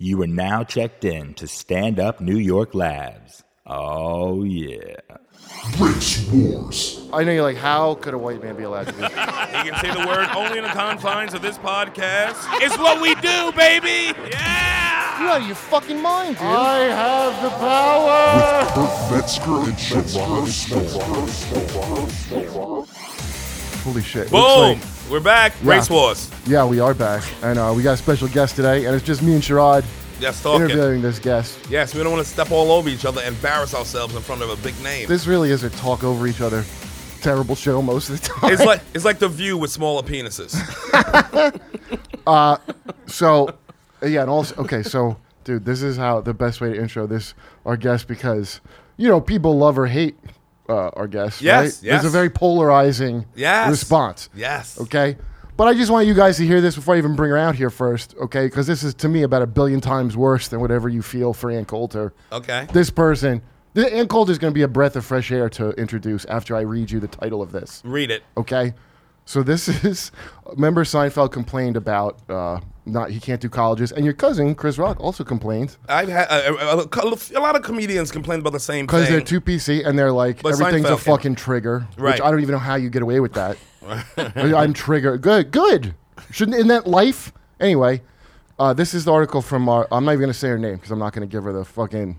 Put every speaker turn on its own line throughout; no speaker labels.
You are now checked in to Stand Up New York Labs. Oh, yeah.
Race Wars.
I know you're like, how could a white man be allowed to do that?
He can say the word only in the confines of this podcast. It's what we do, baby. Yeah.
You're out of your fucking mind, dude. I have the power.
Kurt Metzger and Shabazz Storm.
Holy shit.
Boom. We're back.
Yeah.
Race wars.
yeah, we are back. And uh, we got a special guest today, and it's just me and Sherrod
Yes, talking.
interviewing this guest.
Yes, we don't want to step all over each other, and embarrass ourselves in front of a big name.
This really is a talk over each other terrible show most of the time.
It's like it's like the view with smaller penises.
So, uh, yeah, and also, okay, so, dude, this is how the best way to intro this, our guest, because, you know, people love or hate uh, our guest,
Yes,
right?
yes.
It's a very polarizing
Yes.
response.
Yes.
Okay? But I just want you guys to hear this before I even bring her out here first, okay? Because this is, to me, about a billion times worse than whatever you feel for Ann Coulter.
Okay.
This person, th- Ann Coulter is going to be a breath of fresh air to introduce after I read you the title of this
Read it.
okay so this is remember seinfeld complained about uh, not he can't do colleges and your cousin chris rock also complained
I've had uh, a, a, a- a lot of comedians complain about the same thing.
because they're too pc and they're like
But
everything's a
Seinfeld can-
fucking trigger which
Right.
i don't even know how you get away with that i'm triggered good good shouldn't in that life anyway uh, this is the article from our i'm not even going to say her name because i'm not going to give her the fucking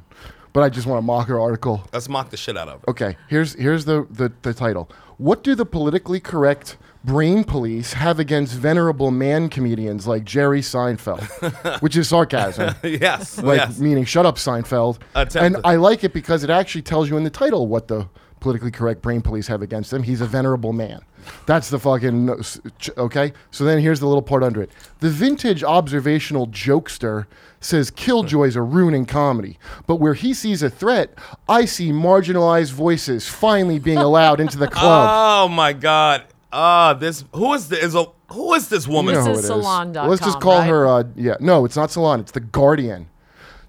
but i just want to mock her article
Let's mock the shit out of it.
Okay, here's here's the, the, the title. What do the politically correct brain police have against venerable man comedians like Jerry Seinfeld? Which is sarcasm.
Yes.
Like
yes.
meaning shut up Seinfeld.
Attempted.
And I like it because it actually tells you in the title what the politically correct brain police have against him. He's a venerable man. That's the fucking no- s- ch- okay. So then here's the little part under it. The vintage observational jokester says killjoys are ruining comedy, but where he sees a threat, I see marginalized voices finally being allowed into the club.
Oh my God. Ah, this. Who is this? Is a, who is this woman?
You know
This
who
is
it
salon.com,
Let's just call
right?
her. Uh, yeah, no, it's not Salon. It's the Guardian.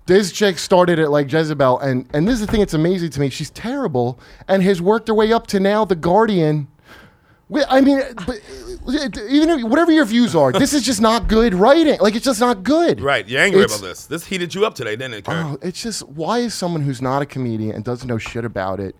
This chick started at like Jezebel, and and this is the thing that's amazing to me. She's terrible, and has worked her way up to now the Guardian. We- I mean, but, even if, whatever your views are, this is just not good writing. Like it's just not good.
Right. You're angry
It's-
about this. This heated you up today, didn't it, Kurt?
Oh, it's just why is someone who's not a comedian and doesn't know shit about it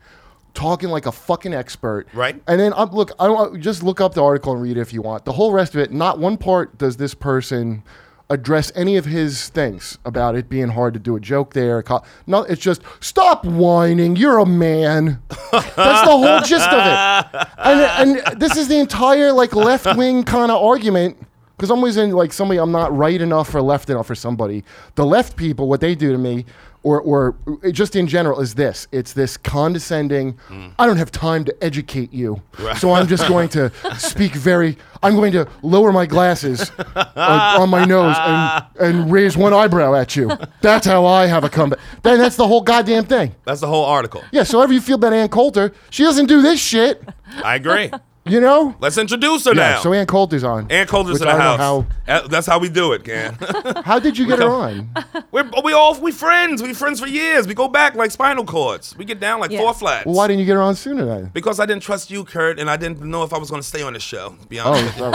talking like a fucking expert?
Right.
And then um, look, I don't just look up the article and read it if you want. The whole rest of it, not one part does this person address any of his things about it being hard to do a joke there. a co- No, it's just stop whining. You're a man. That's the whole gist of it. And and this is the entire like left wing kind of argument. Because I'm always in like somebody I'm not right enough or left enough for somebody. The left people, what they do to me, or or uh, just in general, is this. It's this condescending.
Mm.
I don't have time to educate you, so I'm just going to speak very. I'm going to lower my glasses uh, on my nose and and raise one eyebrow at you. That's how I have a comeback. Then that's the whole goddamn thing.
That's the whole article.
Yeah. So however you feel about Ann Coulter, she doesn't do this shit.
I agree.
You know.
Let's introduce her
Yeah.
now.
So Ann Coulter's on.
Ann Coulter's
Which
in the
I
house.
don't know
Uh, That's how we do it, Gan.
How did you get her on?
We're, we all we friends. We friends for years. We go back like spinal cords. We get down like
Yeah.
four flats.
Well, why didn't you get her on sooner then?
Because I didn't trust you, Kurt, and I didn't know if I was going to stay on the show. To be
Oh,
honest,
is that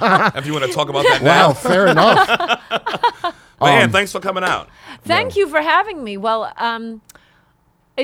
right? Oh.
if you want to talk about that
wow,
now.
fair enough.
But
Um,
Ann, thanks for coming out.
Thank you for having me. Well, um,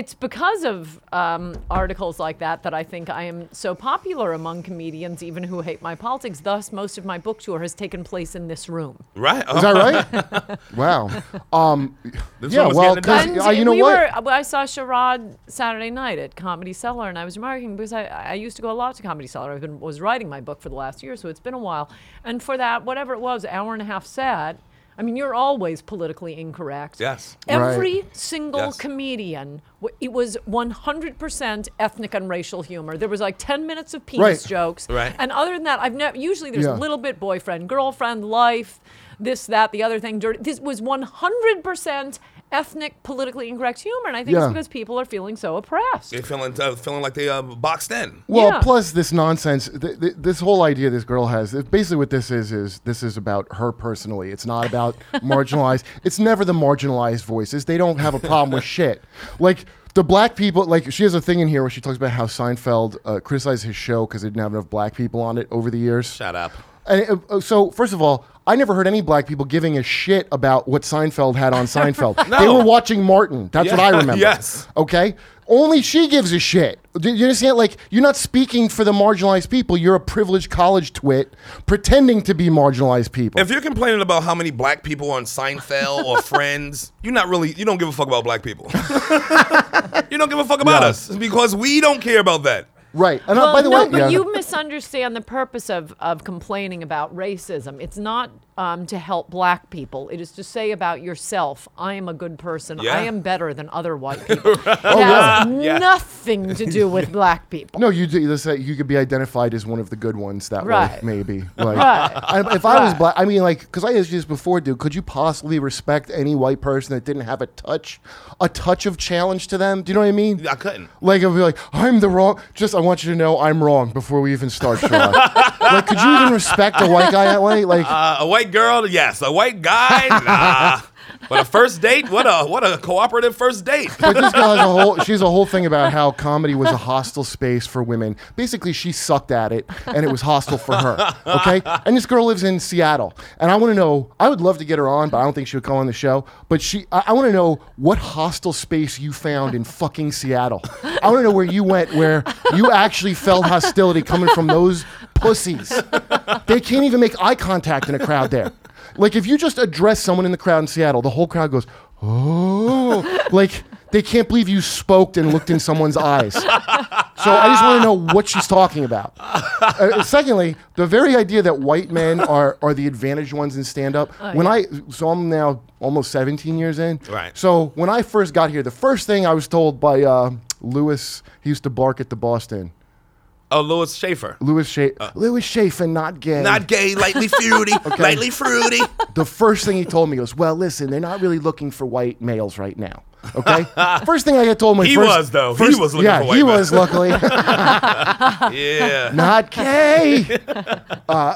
it's because of um, articles like that that I think I am so popular among comedians, even who hate my politics. Thus, most of my book tour has taken place in this room.
Right? Oh,
Is that right? wow. Um,
This
yeah,
one was
well,
getting it done.
because
And
uh, you know
we
what?
Were, I saw Sherrod Saturday night at Comedy Cellar, and I was remarking because I, I used to go a lot to Comedy Cellar. I've been was writing my book for the last year, so it's been a while. And for that, whatever it was, hour and a half set. I mean, you're always politically incorrect.
Yes.
Right.
Every single
Yes.
comedian, w- it was 100% ethnic and racial humor. There was like 10 minutes of penis
Right.
jokes.
Right.
And other than that, I've never, usually there's
Yeah.
a little bit boyfriend, girlfriend, life, this, that, the other thing, dirty. This was 100% ethnic, politically incorrect humor. And I think
Yeah.
it's because people are feeling so oppressed.
They're feeling uh, feeling like they uh, boxed in.
Well,
Yeah.
plus this nonsense, th- th- this whole idea this girl has. it- Basically, what this is is this is about her personally. It's not about marginalized. It's never the marginalized voices. They don't have a problem with shit. Like the black people. Like she has a thing in here where she talks about how Seinfeld uh, criticized his show because it didn't have enough black people on it over the years.
Shut up.
And uh, uh, so, first of all, I never heard any black people giving a shit about what Seinfeld had on Seinfeld.
No.
They were watching Martin. That's
Yeah,
what I remember.
yes.
Okay? Only she gives a shit. Do you understand? Like, you're not speaking for the marginalized people. You're a privileged college twit pretending to be marginalized people.
If you're complaining about how many black people on Seinfeld or Friends, you're not really you don't give a fuck about black people. you don't give a fuck about
No.
us because we don't care about that.
right. And uh,
Well,
by the
no,
way,
but
yeah.
you misunderstand the purpose of, of complaining about racism. It's not um, to help black people. It is to say about yourself, I am a good person.
Yeah. Oh,
I am better than other white people. that has
Yeah.
nothing to do with black people.
No, you do this. uh, You could be identified as one of the good ones that way,
Right.
maybe. Like,
Right.
I, if I was
Right.
black, I mean, like, because I asked you this before, dude. Could you possibly respect any white person that didn't have a touch, a touch of challenge to them? Do you know what I mean?
I couldn't.
Like, I'd be like, I'm the wrong. Just, I want you to know, I'm wrong before we even start. Sherlock. like, could you even respect a white guy that way? Like,
Uh, a white girl, yes. A white guy, nah. But a first date, what a what a cooperative first date.
but this girl has a whole she has a whole thing about how comedy was a hostile space for women. Basically, she sucked at it and it was hostile for her. Okay? And this girl lives in Seattle. And I want to know, I would love to get her on, but I don't think she would come on the show. But she I, I want to know what hostile space you found in fucking Seattle. I want to know where you went where you actually felt hostility coming from those pussies. They can't even make eye contact in a crowd there. Like if you just address someone in the crowd in Seattle, the whole crowd goes, "Oh!" like they can't believe you spoke and looked in someone's eyes. So I just want to know what she's talking about. Uh, secondly, the very idea that white men are are the advantaged ones in stand up. when I so I'm now almost 17 years in.
Right.
So when I first got here, the first thing I was told by uh, Lewis, he used to bark at the Boston.
Oh, Louis Schaefer.
Lewis Sha- Lewis Schaefer, not gay.
Uh. Not gay, lightly fruity, lightly fruity.
the first thing he told me was, "Well, listen, they're not really looking for white males right now." Okay. first thing I got told him,
He
first,
was, though. He
first-
was looking
yeah,
for white
he
men.
was luckily
Yeah.
not gay. Uh,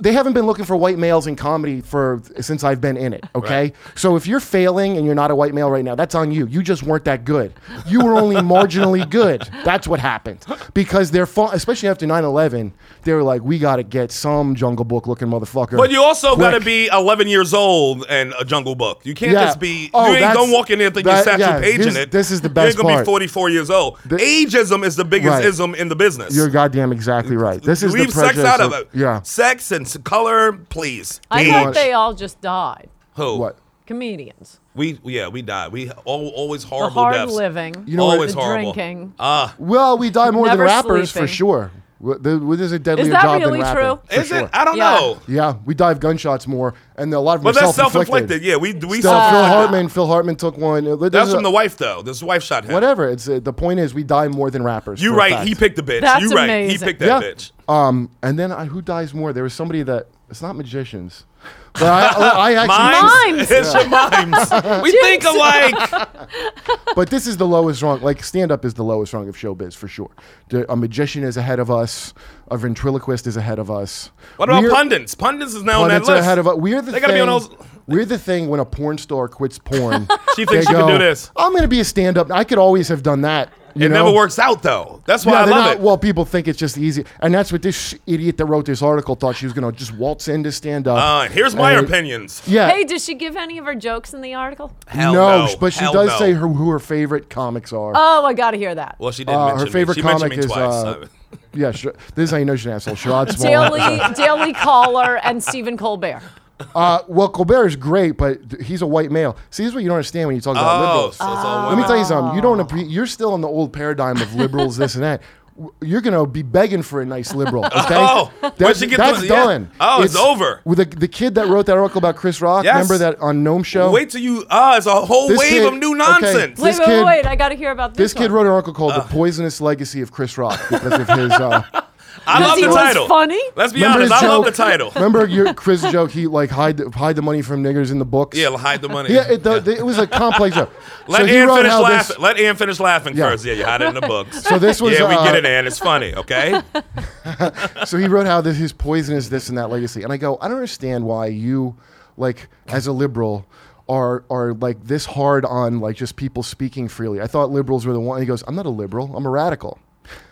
they haven't been looking for white males in comedy for since I've been in it. Okay.
Right.
So if you're failing and you're not a white male right now, that's on you. You just weren't that good. You were only marginally good. That's what happened because they're fa- especially after 9/11, they were like, "We got to get some Jungle Book looking motherfucker."
But you also
quick."
gotta be 11 years old and a Jungle Book. You can't
Yeah.
just be.
Oh,
you ain't,
that's-
don't walk in there thinking
that-
you're Satchel
yeah,
Paige in
this-
it.
this is the
You
best
ain't gonna
part.
be 44 years old. Ageism is the biggest
Right.
ism in the business.
You're goddamn exactly right. This is
leave
the
sex
prejudice
out of it.
Yeah.
Sex and s- color, please.
I
Age.
thought they all just died.
Who?
What?
Comedians.
We yeah we died. We all, always
The
horrible
hard
deaths.
living.
know what-
always
the
horrible.
drinking.
Well, we die more
Never
than rappers for
sleeping.
sure. W- the- w- There's a deadlier
that
job
really
than rapping.
true?
for
Is
sure.
it? I don't
Yeah.
know.
Yeah, we dive gunshots more, and a lot of them
But
are
that's
self-inflicted.
self-inflicted. Yeah, we we
Still, Phil
self-inflicted.
Hartman. Phil Hartman took one. Uh, there's
That's
a-
from the wife though. This wife shot him.
Whatever. It's uh, the point is we die more than rappers.
You
for a
right?
fact.
He picked the bitch.
That's
you right? He
amazing.
picked that
Yeah.
bitch.
Um, and then I, who dies more? There was somebody that it's not magicians, but I, I actually.
Mine?
Mimes.
Mimes.
It's your mimes. We think alike.
But this is the lowest rung. Like stand up is the lowest rung of showbiz for sure. The- A magician is ahead of us. A ventriloquist is ahead of us.
What about
We're-
pundits? Pundits is now on that
pundits are
list.
ahead of us. We're the
They
thing.
gotta be on those-
We're the thing when a porn star quits porn.
She thinks she
they
can
go,
do this.
I'm going to be a stand-up. I could always have done that. You
It
know?
never works out though. That's why
Yeah,
I
they're
love
not-
it.
Well, people think it's just easy, and that's what this sh- idiot that wrote this article thought she was going to just waltz into stand-up.
Uh, here's my
And-
opinions.
Yeah.
Hey, does she give any of her jokes in the article?
Hell
no,
no,
sh- but she
Hell
does
no.
say her, who her favorite comics are.
Oh, I got to hear that.
Well, she didn't
Uh,
mention
her favorite
me. She
comic
mentioned me
is
twice.
uh, yeah. Sh- this is how you know she's an asshole. Sherrod Small.
Daily, Daily Caller and Stephen Colbert.
Uh, well, Colbert is great, but th- he's a white male. See, this is what you don't understand when you talk about
oh,
liberals.
so Oh. it's all
Let me
women.
tell you something. You don't. Appre- you're still in the old paradigm of liberals, this and that. W- You're gonna be begging for a nice liberal. Okay?
Oh, where'd
that's,
she get
that's
those- yeah.
done.
Oh, it's over.
With the, the kid that wrote that article about Chris Rock.
Yes.
Remember that on Gnome Show.
Wait till you. Ah, it's a whole
This
wave
kid-
of new
okay.
nonsense.
Wait,
This
wait,
kid-
wait, wait. I got to hear about this.
This kid
one.
wrote an article
Uh.
called "The Poisonous Legacy of Chris Rock" because of his. Uh,
I love
Because he
the
was
title.
funny?
Let's be
remember
honest.
his
I love the
joke-
title.
Remember your Chris joke? He like hide the, hide the money from niggers in the books.
Yeah, hide the money.
Yeah, it, the, the- it was a complex joke.
Let
so he
Ann
wrote
finish
how
laughing.
this,
Let Ann finish laughing
Yeah.
first. Yeah, you hide it in the books.
So this was,
Yeah, we get
uh,
it, Ann. It's funny. Okay.
so he wrote how this his poison is this and that legacy. And I go, I don't understand why you, like, as a liberal, are are like this hard on like just people speaking freely. I thought liberals were the one. He goes, I'm not a liberal. I'm a radical.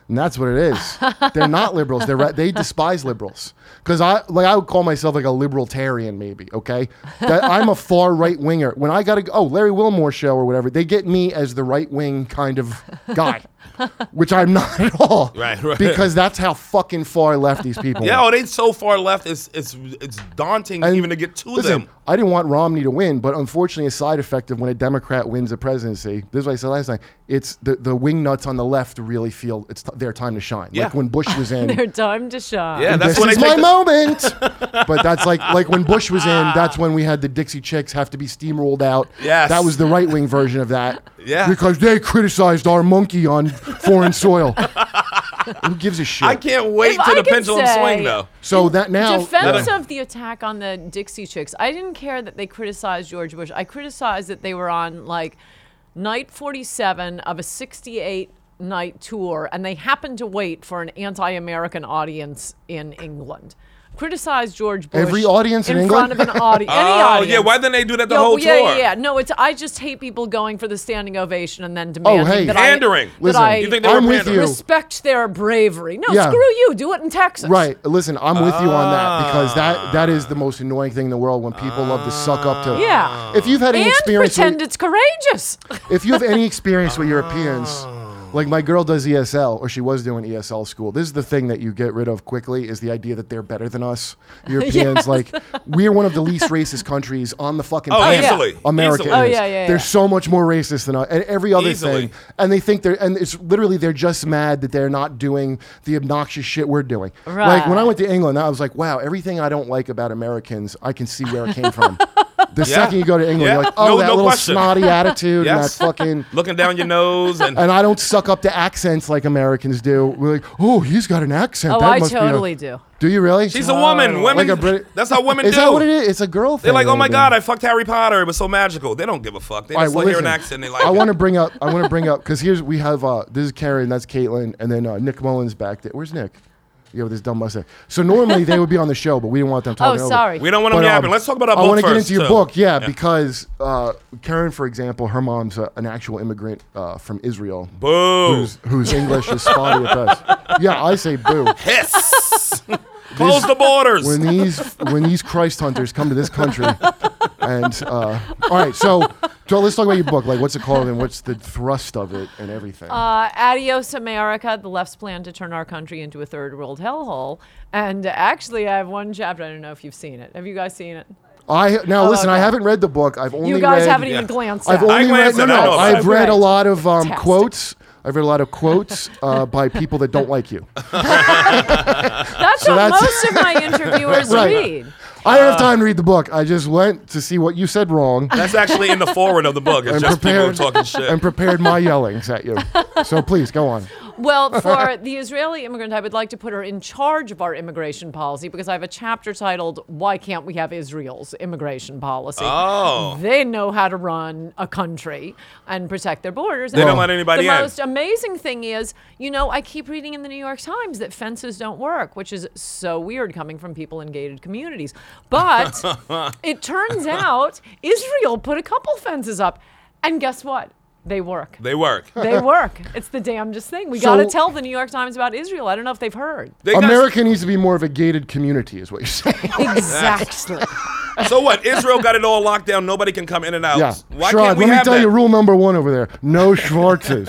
And that's what it is. They're not liberals. They're ra- they despise liberals because I like I would call myself like a libertarian maybe. Okay, that I'm a far right winger. When I got to oh Larry Wilmore show or whatever, they get me as the right wing kind of guy, which I'm not at all.
Right, right.
Because that's how fucking far left these people.
Yeah,
are.
oh, they so far left. It's it's it's daunting
And
even to get to
listen,
them.
I didn't want Romney to win, but unfortunately, a side effect of when a Democrat wins a presidency, this is what I said last night. It's the, the wing nuts on the left really feel it's t- their time to shine.
Yeah.
Like when Bush was in.
Their time to shine.
Yeah, that's
this
when
is
they
my
take the-
moment. but that's like like when Bush was in. That's when we had the Dixie Chicks have to be steamrolled out.
Yes.
that was the right wing version of that.
Yeah.
because they criticized our monkey on foreign soil. Who gives a shit?
I can't wait to
If I
the
could
pendulum
say-
swing though.
so that now
defense
Yeah.
of the attack on the Dixie Chicks, I didn't care that they criticized George Bush. I criticized that they were on like night 47 of a 68 night tour and they happened to wait for an anti-American audience in England. Criticize George Bush.
Every audience in
front of
England?
an audience. any
Oh
audience.
yeah, why didn't they do that the
Yeah,
whole
well, yeah,
tour?
Yeah, yeah, No, it's I just hate people going for the standing ovation and then demanding
Oh, hey.
that
Pandering.
I that
Listen,
I
You think they were
I'm with
pandering?
you.
respect their bravery. No,
Yeah.
screw you. Do it in Texas.
Right. Listen, I'm with you on that because that that is the most annoying thing in the world when people love to suck up to.
Ah.
Ah. Yeah.
If you've had any
and
experience,
pretend
with,
it's courageous.
if you have any experience with Europeans,
Oh.
like my girl does ESL or she was doing ESL school. This is the thing that you get rid of quickly is the idea that they're better than us. Europeans, like we're one of the least racist countries on the fucking
Oh,
planet.
easily.
America
Easily.
Oh,
is.
yeah, yeah,
They're
yeah.
so much more racist than us, and every other
Easily.
thing. And they think they're, and it's literally they're just mad that they're not doing the obnoxious shit we're doing. Like when I
Right.
went to England, I was like, wow, everything I don't like about Americans, I can see where it came from. The
Yeah.
second you go to England,
Yeah.
you're like, oh,
No-
that
no
little
question.
snotty attitude
Yes.
and that fucking.
Looking down your nose and
And I don't suck up to accents like Americans do. We're like, oh, he's got an accent.
Oh,
that
I
must be a-"
totally do.
Do you really?
she's a woman. Women.
Like a Brit-
that's how women
Is
do.
that what it is? It's a girl thing.
They're like, oh my
maybe.
god, I fucked Harry Potter. It was so magical. They don't give a fuck. They
All
just
right, well,
hear an
listen,
accent. They like.
I
it.
want to bring up. I want to bring up because here's we have uh, this is Karen, that's Caitlin, and then uh, Nick Mullins back there. Where's Nick? Yeah, with his dumb mustache. So normally they would be on the show, but we didn't want them talking. over.
sorry.
We don't want them
But, um,
yapping. Let's talk about our
I
book
wanna get
first,
into your
too.
book, yeah, because uh, Karen, for example, her mom's a, an actual immigrant uh, from Israel,
Boo.
whose, whose English is spotty with us. Yeah, I say boo.
Hiss. Close the borders.
When these when these Christ hunters come to this country, and uh, all right, so Joel, let's talk about your book. Like, what's it called, and what's the thrust of it, and everything.
Uh, adios, America. The left's plan to turn our country into a third world hellhole. And uh, actually, I have one chapter. I don't know if you've seen it. Have you guys seen it?
I now listen. I
okay.
haven't read the book. I've only
You guys
read,
haven't
Yeah.
even glanced
I've
at
only
glanced
read. No,
at it. I know
no.
about
I've
it.
read a
Right.
lot of um,
Fantastic.
quotes. I've read a lot of quotes uh, by people that don't like you.
Uh, That's what
that's-
most of my interviewers
Right.
read.
I don't have time to read the book. I just went to see what you said wrong
That's actually in the forward of the book. It's
and
just people
prepared
talking shit.
and prepared my yellings at you. So please go on.
Well, for the Israeli immigrant, I would like to put her in charge of our immigration policy because I have a chapter titled "Why Can't We Have Israel's Immigration Policy?"
Oh.
They know how to run a country and protect their borders. They
don't let anybody
The
in.
most amazing thing is, you know, I keep reading in the New York Times that fences don't work, which is so weird coming from people in gated communities. But it turns out Israel put a couple fences up, and guess what? They work.
They work.
They work. It's the damnedest thing. We
So-
got to tell the New York Times about Israel. I don't know if they've heard.
They got-
America needs to be more of a gated community, is what you're saying.
Exactly.
so what? Israel got it all locked down. Nobody can come in and out.
Yeah,
Why
Shrod,
can't we
let me
have
tell
that?
you rule number one over there: no Schwarzes.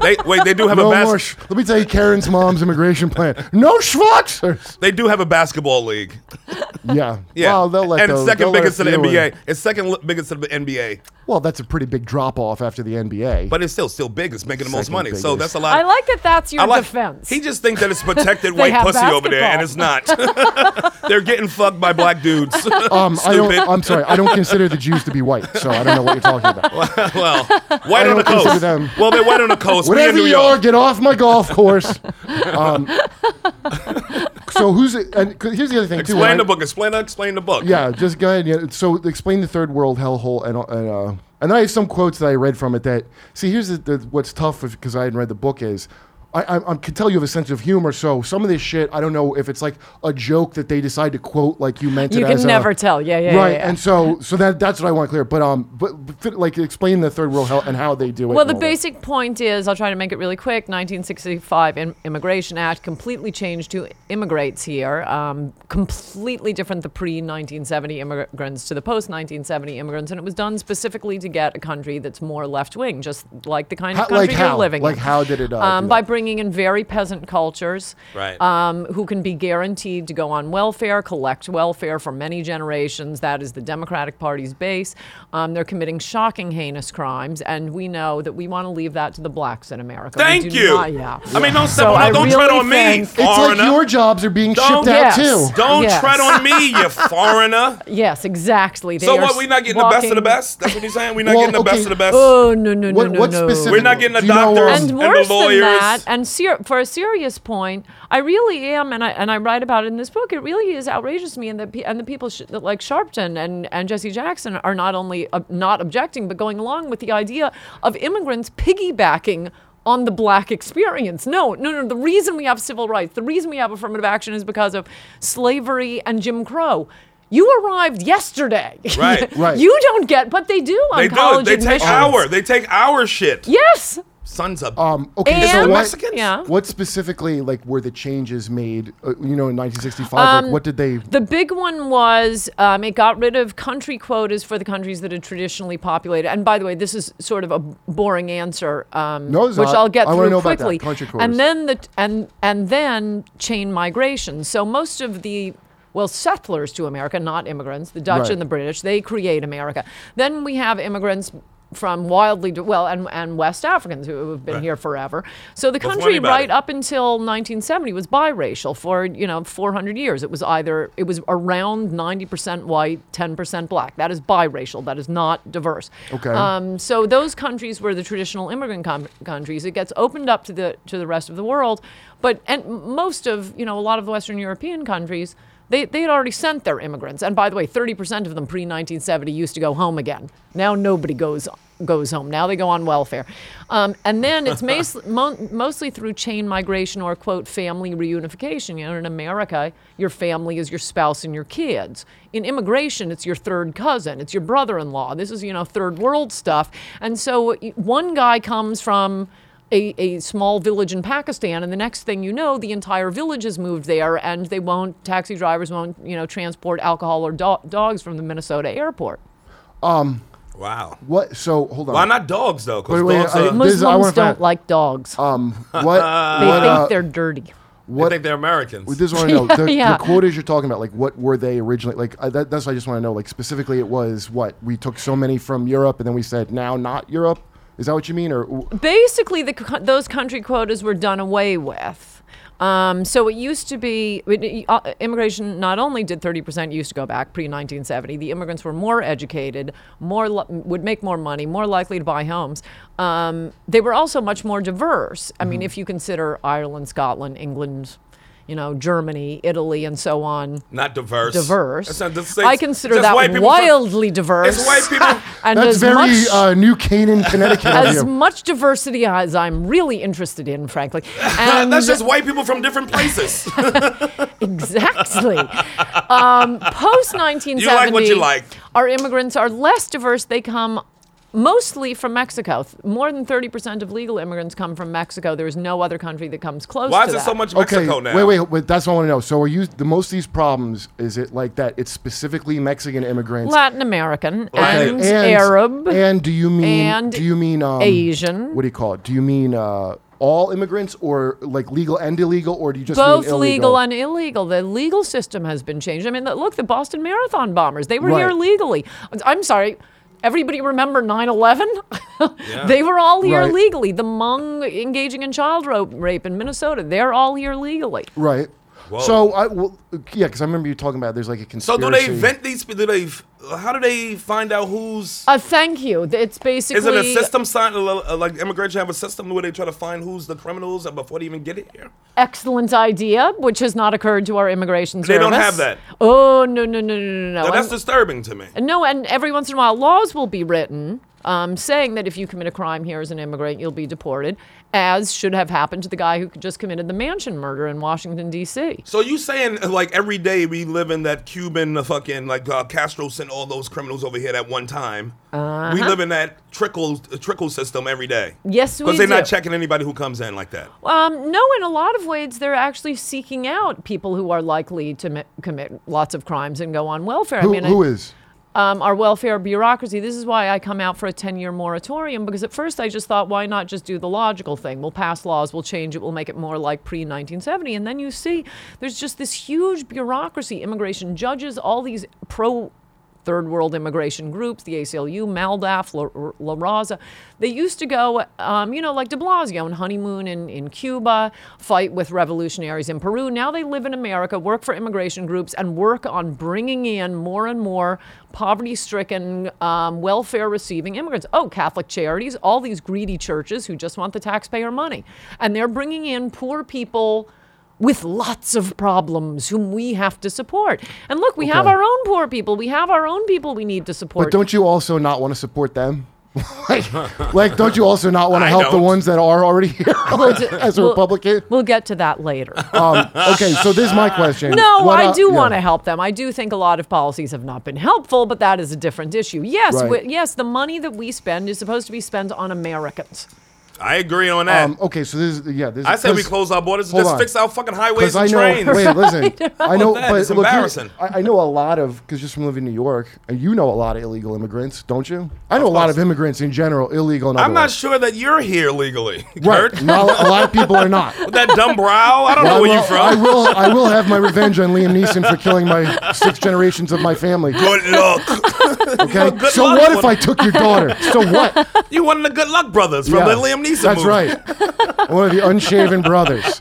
They, wait, they do have a
no
bas-
more. Sch- let me tell you Karen's mom's immigration plan: no Schwarzes.
They do have a basketball league.
Yeah.
Yeah.
Well, they'll let
and
those-
second
they'll let
biggest
a
to the
few in.
NBA. It's second li- biggest to the NBA,
Well, that's a pretty big drop off after the NBA.
but it's still still big. It's making the most
Second
money. So
biggest.
that's a lot.
I like that that's your
I like-
defense.
He just thinks that it's protected white
have
pussy over there, and it's not. They're getting fucked by black dudes.
um, I don't.
Stupid.
I'm sorry. I don't consider the Jews to be white, so I don't know what you're talking about.
well, white on the
don't consider
coast.
them.
Well, they're white on the coast. We in
Whatever
New
you are,
York.
get off my golf course. Um, so who's it? And 'cause here's the other thing too.
Explain
right?
the book. Explain explain the book.
Yeah, just go ahead. Yeah, so explain the third world hellhole, and and uh, and I have some quotes that I read from it. That see, here's the, the, what's tough because I hadn't read the book is I, I, I can tell you have a sense of humor, so some of this shit, I don't know if it's like a joke that they decide to quote like you meant
You
it
can
as a-
never tell. Yeah, yeah, yeah,
right.
yeah.
And so, so that that's what I want to clear. But um, but, but fit- like explain the third world hell and how they do it.
Well,
and
the
all that.
basic point is I'll try to make it really quick. 1965 Im- Immigration Act completely changed to immigrates here. Um, completely different the pre 1970 immigrants to the post 1970 immigrants, and it was done specifically to get a country that's more left wing, just like the kind
How-
of country
like
you're
how?
living
Like
in.
how did it, uh, do
um, by
that?
bringing in very peasant cultures,
Right.
Um, who can be guaranteed to go on welfare, collect welfare for many generations. That is the Democratic Party's base. Um, they're committing shocking, heinous crimes, and we know that we want to leave that to the blacks in America. We
Thank
do
you.
not- yeah.
I mean, don't step
So
on.
I
Don't tread
really
on me,
think- It's
It's like
foreigner.
your jobs are being
Don't-
shipped out
Yes.
too.
don't
Yes.
tread on me, you foreigner.
Yes, exactly. They
So
are
what? We not getting the best of the
walking-
best. That's what he's saying. We not
Well,
getting the
okay.
best of the best.
Oh no no no
What-
no
what
no.
specific-
We're not getting the
Do you know, um,
doctors
and
and,
worse
the lawyers.
than that, and ser- for a serious point, I really am, and I and I write about it in this book. It really is outrageous to me, and the pe- and the people sh- that like Sharpton and, and Jesse Jackson are not only ob- not objecting, but going along with the idea of immigrants piggybacking on the black experience. No, no, no. The reason we have civil rights, the reason we have affirmative action, is because of slavery and Jim Crow. You arrived yesterday.
Right.
Right.
You don't get, but they do on
they do it.
college
They
admissions.
take our. They take our shit.
Yes.
Sons of.
Um, okay,
And
so what,
Mexicans?
Yeah.
what specifically like were the changes made? Uh, you know, in 1965, like what did they?
Um, The big one was um, it got rid of country quotas for the countries that had traditionally populated. And by the way, this is sort of a boring answer, um,
No, it's
which
not.
I'll get
I wanna
through
know about that,
quickly.
country quotas.
and then the and and then chain migration. So most of the well, settlers to America, not immigrants, the Dutch
Right.
and the British, they create America. Then we have immigrants from wildly di- well and and West Africans who have been here forever. So the
What's
country
funny about
right
it?
up up until 1970 was biracial for you know 400 years it was either it was around 90% white 10% black that is biracial that is not diverse
Okay.
um, so those countries were the traditional immigrant com- countries it gets opened up to the to the rest of the world but and most of you know a lot of the western european countries they, they had already sent their immigrants and by the way 30% of them pre-1970 used to go home again now nobody goes goes home. Now they go on welfare. Um, and then it's mas- mo- mostly through chain migration or, quote, family reunification. You know, in America, your family is your spouse and your kids. In immigration, it's your third cousin, it's your brother in law. This is, you know, third world stuff. And so uh, y- one guy comes from, a, a small village in Pakistan, and the next thing you know, the entire village has moved there, and they won't taxi drivers won't you know transport alcohol or do- dogs from the Minnesota airport.
wow.
What? So hold on.
Why not dogs though? Because
Wait, wait,
dogs
I-
are.
Uh, This is- I
Muslims
wanna find-
don't like dogs.
Um, what? what
They
uh,
think they're dirty.
I
what
think they're Americans.
This is what I know. the,
yeah.
the quotas you're talking about, like what were they originally? Like I, that, that's what I just want to know. Like specifically, it was what we took so many from Europe, and then we said now not Europe. Is that what you mean? Or
Basically, the, co- those country quotas were done away with. Um, so it used to be it- uh, immigration not only did 30% used to go back pre 1970, the immigrants were more educated, more li- would make more money, more likely to buy homes. Um, they were also much more diverse. I
Mm-hmm.
mean, if you consider Ireland, Scotland, England, you know, Germany, Italy, and so on.
not diverse.
Diverse.
That's not- that's-
I consider
that's
that
white people from-
wildly diverse.
It's white people.
and
that's
as
very
much-
uh, New Canaan, Connecticut. of
as
you.
much diversity as I'm really interested in, frankly. And
That's just white people from different places.
exactly. Um, Post 1970,
You like what you like.
our immigrants are less diverse. They come mostly from Mexico. Th- More than 30% of legal immigrants come from Mexico. There is no other country that comes close
Why
to
is there
that.
so much
Okay,
Mexico now?
wait, wait, wait. That's what I want to know. So, are you the most of these problems? Is it like that? It's specifically Mexican immigrants,
Latin American
Okay,
and, Arab.
and do you mean
and
do you mean um,
Asian.
What do you call it? Do you mean uh, all immigrants, or like legal and illegal, or do you just
both
mean
legal and illegal. The legal system has been changed. I mean, the- look, the Boston Marathon bombers, they were here
Right.
legally. I'm sorry. Everybody remember 9/11? They were all here
Right.
legally. The Hmong engaging in child ro- rape in Minnesota, they're all here legally.
Right. So I well, yeah, because I remember you talking about there's like a
so
conspiracy.
do they vent these? Do they? How do they find out who's?
Uh, thank you. Th- It's basically
Is it a system sign uh, like immigration have a system where they try to find who's the criminals and before they even get it here?
excellent idea, which has not occurred to our immigration
They don't
service.
have that.
Oh no no no no no no.
Now, that's
And-
disturbing to me.
No, and every once in a while, laws will be written um, saying that if you commit a crime here as an immigrant, you'll be deported, as should have happened to the guy who just committed the mansion murder in Washington, D.C.
So you saying like every day we live in that Cuban uh, fucking like uh, Castro sent all those criminals over here at one time. We live in that trickle uh, trickle system every day.
Yes, Uh-huh. we
Because they're not
do.
checking anybody who comes in like that.
Um, no, in a lot of ways, they're actually seeking out people who are likely to mi- commit lots of crimes and go on welfare.
Who,
I mean,
who
I-
is?
um, our welfare bureaucracy. This is why I come out for a 10 year moratorium because at first I just thought, why not just do the logical thing? We'll pass laws, we'll change it, we'll make it more like pre 1970. And then you see there's just this huge bureaucracy, immigration judges, all these pro. Third world immigration groups, the ACLU, MALDAF, La, La Raza. They used to go, um, you know, like de Blasio on honeymoon in, in Cuba, fight with revolutionaries in Peru. Now they live in America, work for immigration groups, and work on bringing in more and more poverty stricken, um, welfare receiving immigrants. Oh, Catholic charities, all these greedy churches who just want the taxpayer money. And they're bringing in poor people with lots of problems whom we have to support. And look, we have our own poor people. We have our own people we need to support.
But don't you also not want to support them? like, like, don't you also not want to
I
help the
don't.
ones that are already here
We'll d-
as a
we'll-
Republican?
We'll get to that later.
Um, okay, so this is my question.
No,
What
I do
yeah.
want to help them. I do think a lot of policies have not been helpful, but that is a different issue. Yes,
Right.
we- yes, the money that we spend is supposed to be spent on Americans.
I agree on that.
Um, okay, so this is yeah. This
I said we
because-
close our borders and
hold
just
on.
fix our fucking highways
Because
and
I know.
trains.
Wait, listen. I know,
That
but
is
look, you-
embarrassing.
I, I know a lot of because just from living in New York, and you know a lot of illegal immigrants, don't you? I know a lot
course.
of immigrants in general, illegal. And
I'm not
otherwise.
sure that you're here legally,
Right,
Kurt.
not, a lot of people are not.
With that dumb brow, I don't know
I
where
will,
you're from.
I will. I will have my revenge on Liam Neeson for killing my six generations of my family.
Good luck.
Okay.
good
so
luck.
what if I took your daughter? So what?
you one of the Good Luck Brothers from the
Yeah,
Liam Neeson
That's
movie.
right. I'm one of the unshaven brothers.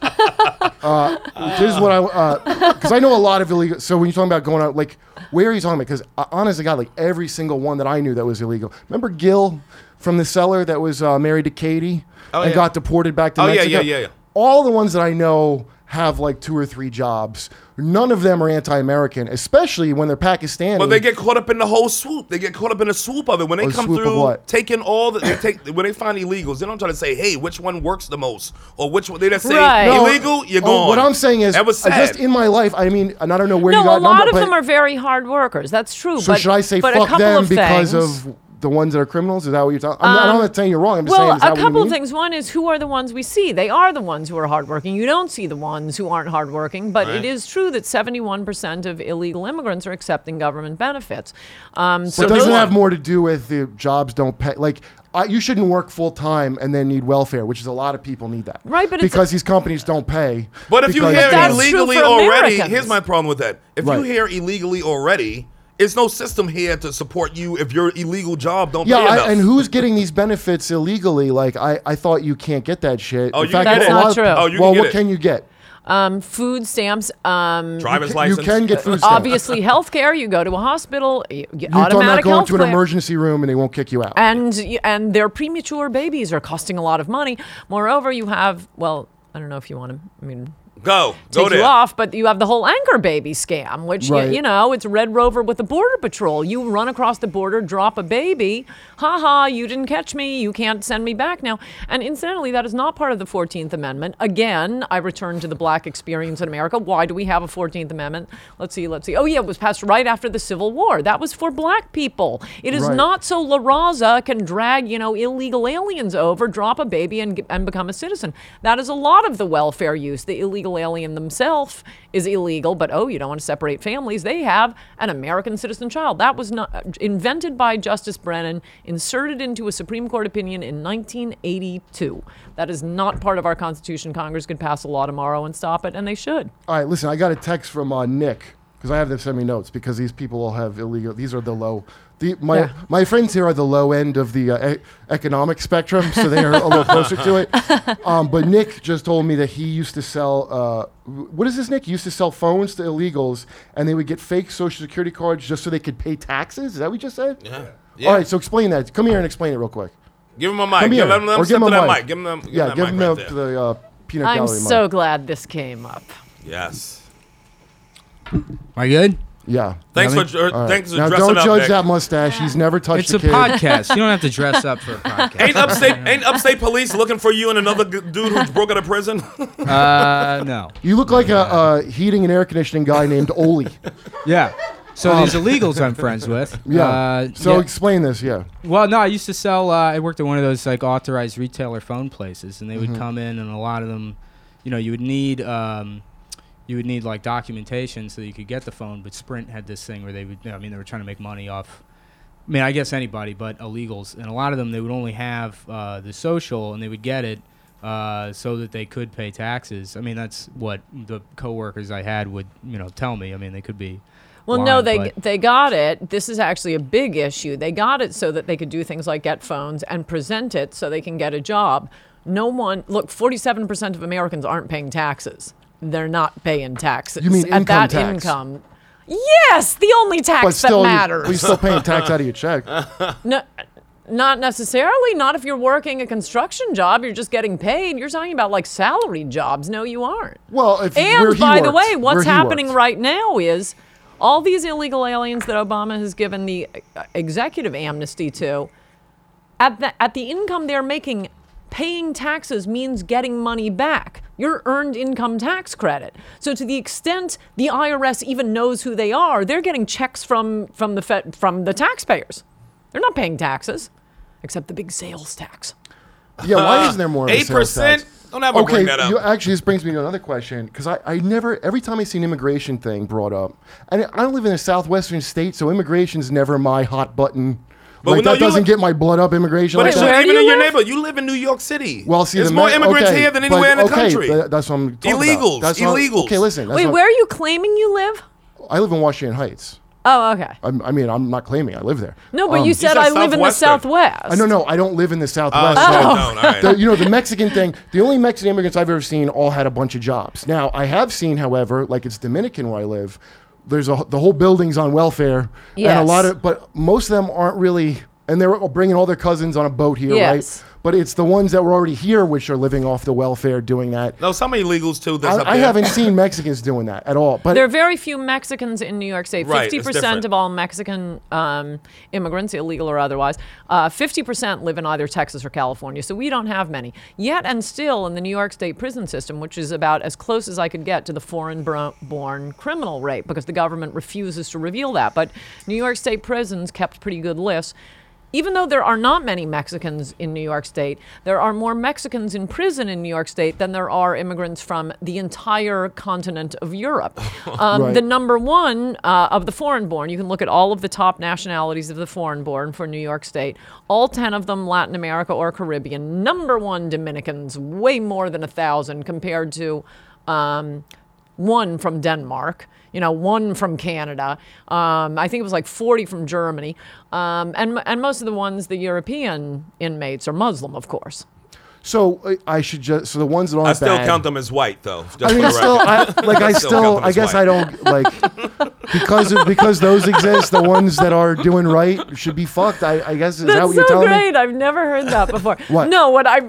Uh, this is what I because I know a lot of illegal. So when you're talking about going out, like where are you talking about? Because uh, honestly, God, like every single one that I knew that was illegal. Remember Gil from the cellar that was uh, married to Katie
Oh,
and
yeah.
got deported back to
Oh, yeah,
Mexico.
yeah, yeah, yeah.
All the ones that I know have like two or three jobs. None of them are anti-American, especially when they're Pakistani.
But they get caught up in the whole swoop. They get caught up in the swoop of it when they
Oh,
come
swoop of
through,
what?
taking all the they take when they find illegals. They don't try to say, "Hey, which one works the most?" or "Which one?" They just say,
Right. No,
"Illegal, you're
Oh,
gone."
What I'm saying is,
that was
uh,
sad.
just in my life, I mean, and I don't know where you
no,
got
a lot
number,
of
but-
them are very hard workers. That's true.
So
but,
should I say
but a
fuck
couple
them
of
because
things-
of the ones that are criminals? Is that what you're talking? I'm, not, I'm
Um,
not saying you're wrong. I'm just
Well,
saying is that
a couple
what
of
you mean?
things. One is who are the ones we see? They are the ones who are hardworking. You don't see the ones who aren't hardworking, but
Right.
it is true that 71% of illegal immigrants are accepting government benefits. Um, so
But doesn't
those-
it have more to do with the jobs don't pay? Like I, you shouldn't work full time and then need welfare, which is a lot of people need that.
Right, but it's-
because these companies don't pay.
But if you
because-
hear
that's true
illegally
for
already,
Americans.
here's my problem with that. If you
Right.
hear illegally already, it's no system here to support you if your illegal job don't
yeah,
pay enough.
I, and who's getting these benefits illegally? Like I, I thought you can't get that shit.
Oh,
In
you
fact,
can get
a
it.
lot
That's
of-
not true.
Oh, you can
well,
get
what
it.
can you get?
um, food stamps. Um,
driver's
You
license.
can get food stamps.
obviously, health care. You go to a hospital, you get
You're talking about
automatic
going
health
to an emergency room and they won't kick you out.
and y- and their premature babies are costing a lot of money. Moreover, you have well, I don't know if you want to. I mean,
go, go
take
there.
you off, but you have the whole anchor baby scam, which y-
Right.
you, know it's Red Rover with the Border Patrol. You run across the border, drop a baby, ha ha, you didn't catch me, you can't send me back now. And incidentally, that is not part of the Fourteenth Amendment. Again, I return to the black experience in America. Why do we have a Fourteenth Amendment? Let's see, let's see. Oh yeah, it was passed right after the Civil War. That was for black people. It is
Right.
not so La Raza can drag you know illegal aliens over, drop a baby, and g- and become a citizen. That is a lot of the welfare use. The illegal alien themselves is illegal, but oh, you don't want to separate families. They have an American citizen child. That was not uh, invented by Justice Brennan, inserted into a Supreme Court opinion in 1982. That is not part of our Constitution. Congress could pass a law tomorrow and stop it, and they should.
All right, listen, I got a text from uh, Nick because I have them send me notes because these people all have illegal. These are the low. The, my
Yeah.
my friends here are the low end of the uh, e- economic spectrum, so they are a little closer to it. Um, but Nick just told me that he used to sell. Uh, wh- what is this, Nick? He used to sell phones to illegals, and they would get fake social security cards just so they could pay taxes. Is that what you just said? Yeah.
Yeah.
All right, so explain that. Come here and explain it real quick.
Give him a mic.
Come
Give
here,
him, let
or
him
give
step
him
to
a
that
mic.
mic. Give him that, give
yeah,
him that
give
mic
him
right
up
there.
to the uh, peanut gallery.
I'm
mic.
so glad this came up.
Yes.
Am I good?
Yeah.
Thanks
Now
for
they-
dr- thanks for
now
dressing
don't
up,
judge
Nick.
that mustache. He's never touched
It's
a
a
kid.
podcast. You don't have to dress up for a podcast.
Ain't upstate, ain't upstate police looking for you and another g- dude who broke out of prison?
Uh, no.
You look like a, uh heating and air conditioning guy named Oli.
Yeah. So these illegals I'm friends with.
Um, Yeah.
Uh,
so
yeah.
explain this. Yeah.
Well, no, I used to sell. Uh, I worked at one of those like authorized retailer phone places, and they would come in, and a lot of them, you know, you would need, um, you would need like documentation so that you could get the phone. But Sprint had this thing where they would. I mean, they were trying to make money off. I mean, I guess anybody, but illegals, and a lot of them they would only have uh, the social, and they would get it uh, so that they could pay taxes. I mean, that's what the coworkers I had would, you know, tell me. I mean, they could be.
Well, no,
lying,
they
but-
they got it. This is actually a big issue. They got it so that they could do things like get phones and present it so they can get a job. No one look. Forty-seven percent of Americans aren't paying taxes. They're not paying taxes.
You mean
at
income
that
tax.
income? Yes, the only tax
But still,
that
you-
matters.
we're still paying tax out of your check.
No, not necessarily. Not if you're working a construction job. You're just getting paid. You're talking about like salaried jobs. No, you aren't.
Well, if where
And
he
by the
worked,
way,
where
what's
he
happening
worked.
right now is all these illegal aliens that Obama has given the uh, executive amnesty to, at the, at the income they're making, paying taxes means getting money back. Your earned income tax credit. So to the extent the IRS even knows who they are, they're getting checks from from the fed, from the taxpayers. They're not paying taxes, except the big sales tax.
Yeah, why isn't there more? of a
Uh, Eight
sales tax?
percent. Don't ever
Okay,
bring that up.
you, uh, actually, this brings me to another question because I, I never, every time I see an immigration thing brought up, and I don't live in a southwestern state, so immigration's never my hot button.
But
like,
no,
that
you
doesn't
li-
get my blood up immigration.
but
like
it's
that.
where
not
do
even
you
in your
live?
neighborhood. You live in New York City.
Well, see,
there's
the
more
men-
immigrants
okay,
here than
but-
anywhere in the
okay,
country.
but that's what I'm talking
Illegals,
About. That's what-
illegals.
okay, listen. that's
Wait,
what-
where are you claiming you live?
I live in Washington Heights.
Oh, okay.
I'm, I mean, I'm not claiming I live there.
No, but you said
said
I live in the
Southwestern.
Southwest.
I no, no, I don't live in the
Oh,
Southwest.
no,
so-
no, no, all right.
the, you know the Mexican thing. The only Mexican immigrants I've ever seen all had a bunch of jobs. Now I have seen, however, like it's Dominican where I live. There's a the whole building's on welfare, and
Yes.
a lot of but most of them aren't really. And they're bringing all their cousins on a boat here,
Yes.
right? But it's the ones that were already here which are living off the welfare doing that.
No, some illegals too. That's up
I, I
there.
haven't seen Mexicans doing that at all. But
There are very few Mexicans in New York State.
Right, it's
Fifty percent
different.
of all Mexican um, immigrants, illegal or otherwise, uh, fifty percent live in either Texas or California. So we don't have many yet, and still in the New York State prison system, which is about as close as I could get to the foreign-born criminal rate, because the government refuses to reveal that. But New York State prisons kept pretty good lists. Even though there are not many Mexicans in New York State, there are more Mexicans in prison in New York State than there are immigrants from the entire continent of Europe. Um,
Right.
The number one uh, of the foreign born, you can look at all of the top nationalities of the foreign born for New York State, all 10 of them Latin America or Caribbean. Number one, Dominicans, way more than a thousand compared to. Um, one from Denmark, you know, one from Canada. Um, I think it was like 40 from Germany. Um, and, and most of the ones, the European inmates are Muslim, of course.
so uh, I should just so the ones that aren't
I still
bad-
count them as white though. Just
I
for
mean,
the
still,
record.
I, like, I
Still count
still,
them
I
as
guess
white.
I don't like because of, because those exist. The ones that are doing right should be fucked. I, I guess is that
That's
what you're
so
telling
great.
me?
I've never heard that before.
What?
No, what I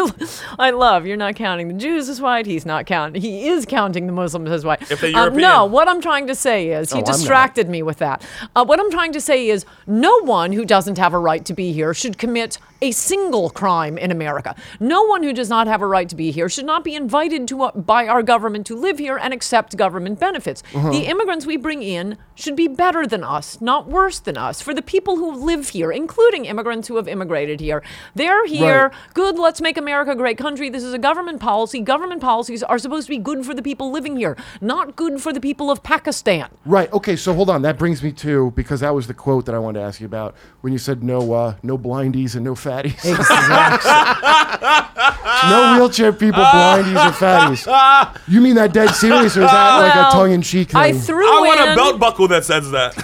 I love. You're not counting the Jews as white. He's not counting. He is counting the Muslims as white. Um,
If they're
no,
European.
what I'm trying to say is he
Oh, I'm not.
distracted me with that. Uh, what I'm trying to say is no one who doesn't have a right to be here should commit a single crime in America. No one who does not have a right to be here should not be invited to uh, by our government to live here and accept government benefits.
Uh-huh.
The immigrants we bring in should be better than us, not worse than us. For the people who live here, including immigrants who have immigrated here, they're here. Good, let's make America a great country. This is a government policy. Government policies are supposed to be good for the people living here, not good for the people of Pakistan.
Right. Okay. So hold on. That brings me to because that was the quote that I wanted to ask you about when you said no, uh, no blindies and no fatties. no wheelchair people, blindies or fatties. You mean that dead serious, or is that like
Well,
a tongue in cheek thing?
I threw
I
in
want a belt buckle that says that.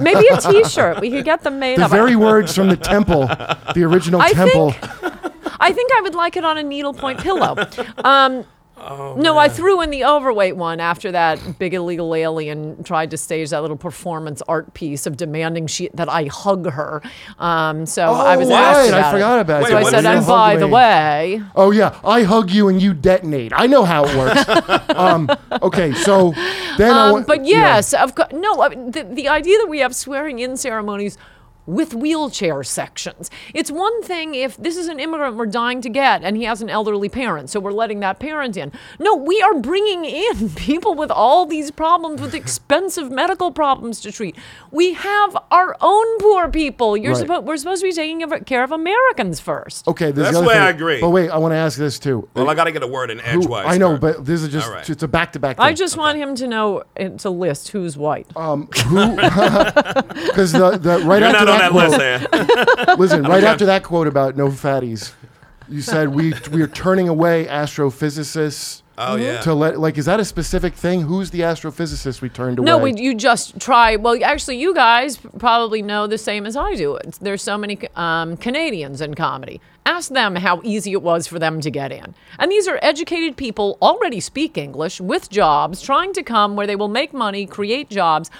maybe a T-shirt. We could get them made
the
up.
very words from the temple, the original
I
temple.
think I think I would like it on a needlepoint pillow. Um, no, I threw in the overweight one after that big illegal alien tried to stage that little performance art piece of demanding she that I hug her. Um, so I was
Oh,
asked
right,
about
I forgot about
it. So
that.
I
Wait,
said,
what
and
is
the hug
by the
me?
way,
Oh yeah, I hug you and you detonate. I know how it works. um, okay, so then I
um,
want,
but yes, of course. No, I mean, the, the idea that we have swearing in ceremonies with wheelchair sections. It's one thing if this is an immigrant we're dying to get and he has an elderly parent, so we're letting that parent in. No, we are bringing in people with all these problems, with expensive medical problems to treat. We have our own poor people. You're
Right.
suppo- we're supposed to be taking of- care of Americans first.
Okay, this is
That's
the other
where
thing.
I agree.
But wait, I want to ask this too.
Well, I gotta get a word in
Who-
edgewise.
I know,
first.
but this is just
All right.
it's a back to back.
I just want him to know and to list who's white.
who because the, the right
you're
after
not on that
quote,
list, man.
Listen, right after that quote about no fatties, you said we we are turning away astrophysicists.
Oh, yeah.
To let like is that a specific thing? Who's the astrophysicist we turned away?
No, we, you just try. Well, actually, you guys probably know the same as I do. It's- There's so many um, Canadians in comedy. Ask them how easy it was for them to get in. And these are educated people already speak English with jobs, trying to come where they will make money, create jobs.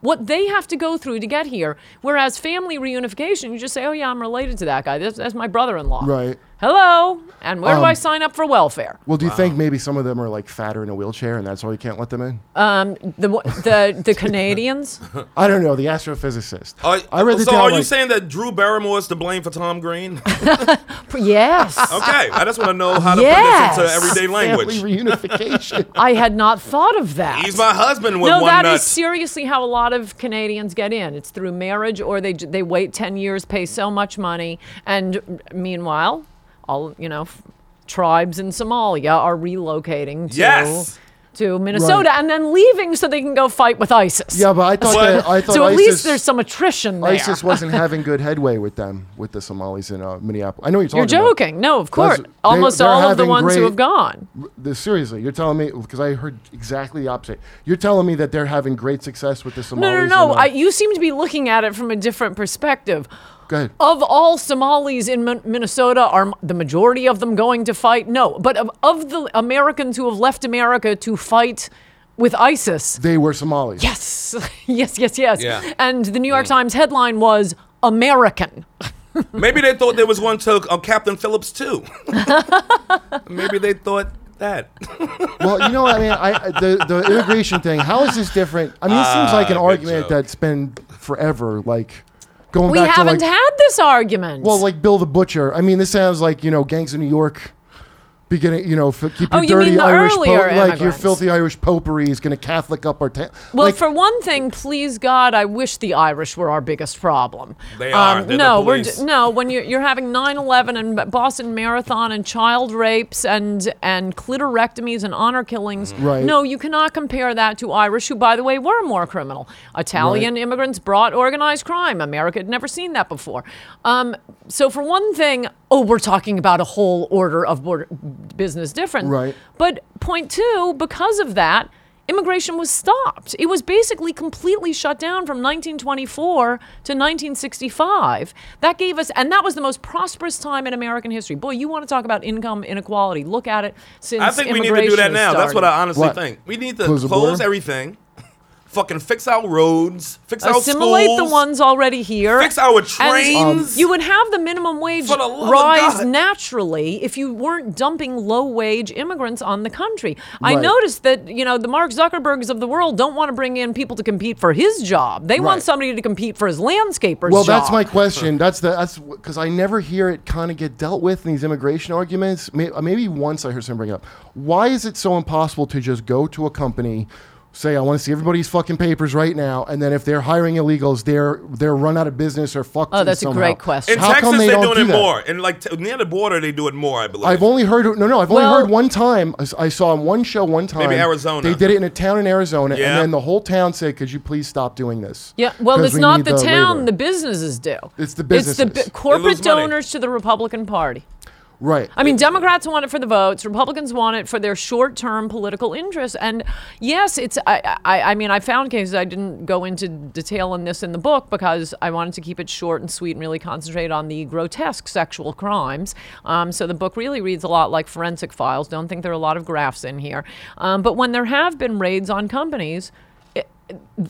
What they have to go through to get here. Whereas family reunification, you just say, oh, yeah, I'm related to that guy. That's, that's my brother in law.
Right.
Hello. And where do I
Um,
sign up for welfare?
Well, do you think maybe some of them are like fatter in a wheelchair and that's why you can't let them in?
The, the, the Canadians?
I don't know. The astrophysicist.
Are-
I read this
so
down,
are you
like-
saying that Drew Barrymore is to blame for Tom Green? okay,
yes.
I just want to know how to
Yes.
put this into everyday language.
Family reunification.
I had not thought of that.
He's my husband with
no,
one
that is
nut.
seriously how a lot of Canadians get in. It's through marriage, or they j- they wait ten years, pay so much money, and meanwhile, all you know, f- tribes in Somalia are relocating to
Yes.
to Minnesota and then leaving so they can go fight with ISIS.
yeah, but I thought
What?
that, I thought
So at
ISIS,
least there's some attrition there.
ISIS wasn't having good headway with them with the Somalis in uh, Minneapolis. I know what you're
You're
talking. about.
joking. No, of course.
That's- they-
Almost
they're
all of the
having
ones who
great-
have gone.
The- seriously, you're telling me because I heard exactly the opposite. You're telling me that they're having great success with the Somalis.
No, no, no.
and, uh,
I, you seem to be looking at it from a different perspective.
Go ahead.
Of all Somalis in Min- Minnesota, are m- the majority of them going to fight? No. But of, of the Americans who have left America to fight with ISIS,
they were Somalis.
yes, yes, yes, yes.
Yeah.
And the New York
Hmm.
Times headline was American.
Maybe they thought there was one to uh, Captain Phillips too. Maybe they thought that.
Well, you know what I mean. I I- the the immigration thing. How is this different? I mean, it seems like an
Ah, good
argument
joke.
that's been forever. Like going
We
back
haven't
to like
had this argument.
well, like Bill the Butcher. I mean, this sounds like you know gangs in New York. Beginning, you know, f- keep
Oh,
your
you mean
dirty
the
Irish,
earlier
like your
immigrants.
filthy Irish popery is going to Catholic up our town.
Well,
like,
for one thing, please God, I wish the Irish were our biggest problem. Um,
They are. They're the
no, we're
police.
d- no. When you're, you're having 9/11 and B- Boston Marathon and child rapes and and clitorectomies and honor killings,
Mm-hmm. Right.
no, you cannot compare that to Irish, who, by the way, were more criminal. Italian immigrants brought organized crime. America had never seen that before. Um, so for one thing, oh, we're talking about a whole order of border business difference.
Right.
But point two, because of that, immigration was stopped. It was basically completely shut down from 1924 to 1965. That gave us, and that was the most prosperous time in American history. Boy, you want to talk about income inequality? Look at it since
I think we need to do
immigration
that
has
now. That's
started.
what I honestly
What?
think. We need to
Close
close,
the border?
everything, fucking fix our roads, fix
assimilate
our schools,
the ones already here.
fix our trains.
And
Um,
you would have the minimum wage
For the love of
rise
God.
naturally if you weren't dumping low-wage immigrants on the country. I
Right.
noticed that you know the Mark Zuckerbergs of the world don't want to bring in people to compete for his job. They want
Right.
somebody to compete for his landscaper's
Well,
job.
that's my question. That's the that's because I never hear it kind of get dealt with in these immigration arguments. May- uh, Maybe once I heard someone bring it up. Why is it so impossible to just go to a company, say I want to see everybody's fucking papers right now, and then if they're hiring illegals, they're they're run out of business or fucked.
Oh, that's a
somehow.
great question.
in
How
Texas,
come they
are
don't
doing
do
it
that?
more. And like t- near the border, they do it more. I believe.
I've only heard no, no. I've only
Well-
heard one time. I s- I saw in one show one time.
Arizona.
They did it in a town in Arizona,
Yeah.
and then the whole town said, "Could you please stop doing this?"
Yeah, well,
'Cause
it's
we
not
need
the, town.
labor."
The businesses do.
It's the
It's the
businesses.
corporate
lose money.
donors to the Republican Party.
Right.
I mean, Democrats want it for the votes. Republicans want it for their short-term political interests. And yes, it's. I, I. I mean, I found cases. I didn't go into detail on this in the book because I wanted to keep it short and sweet and really concentrate on the grotesque sexual crimes. Um, so the book really reads a lot like Forensic Files. Don't think there are a lot of graphs in here. Um, but when there have been raids on companies. it-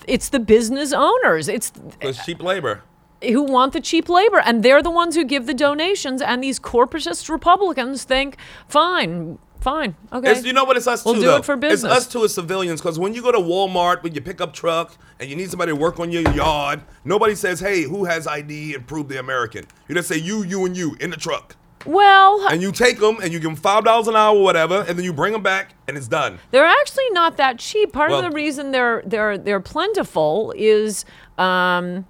It's the business owners. It's
Because cheap labor.
who want the cheap labor and they're the ones who give the donations and these corporatist republicans think fine fine okay
It's, you know what? It's us
We'll
too.
do
though.
it for
It's
business.
us too as civilians. Because when you go to Walmart with your pickup truck and you need somebody to work on your yard, nobody says, "Hey, who has ID and prove they're American." You just say, "You, you, and you" in the truck,
well
and you take them and you give them five dollars an hour or whatever, and then you bring them back and it's done.
they're actually not that cheap part
Well-
of the reason they're they're they're plentiful is um,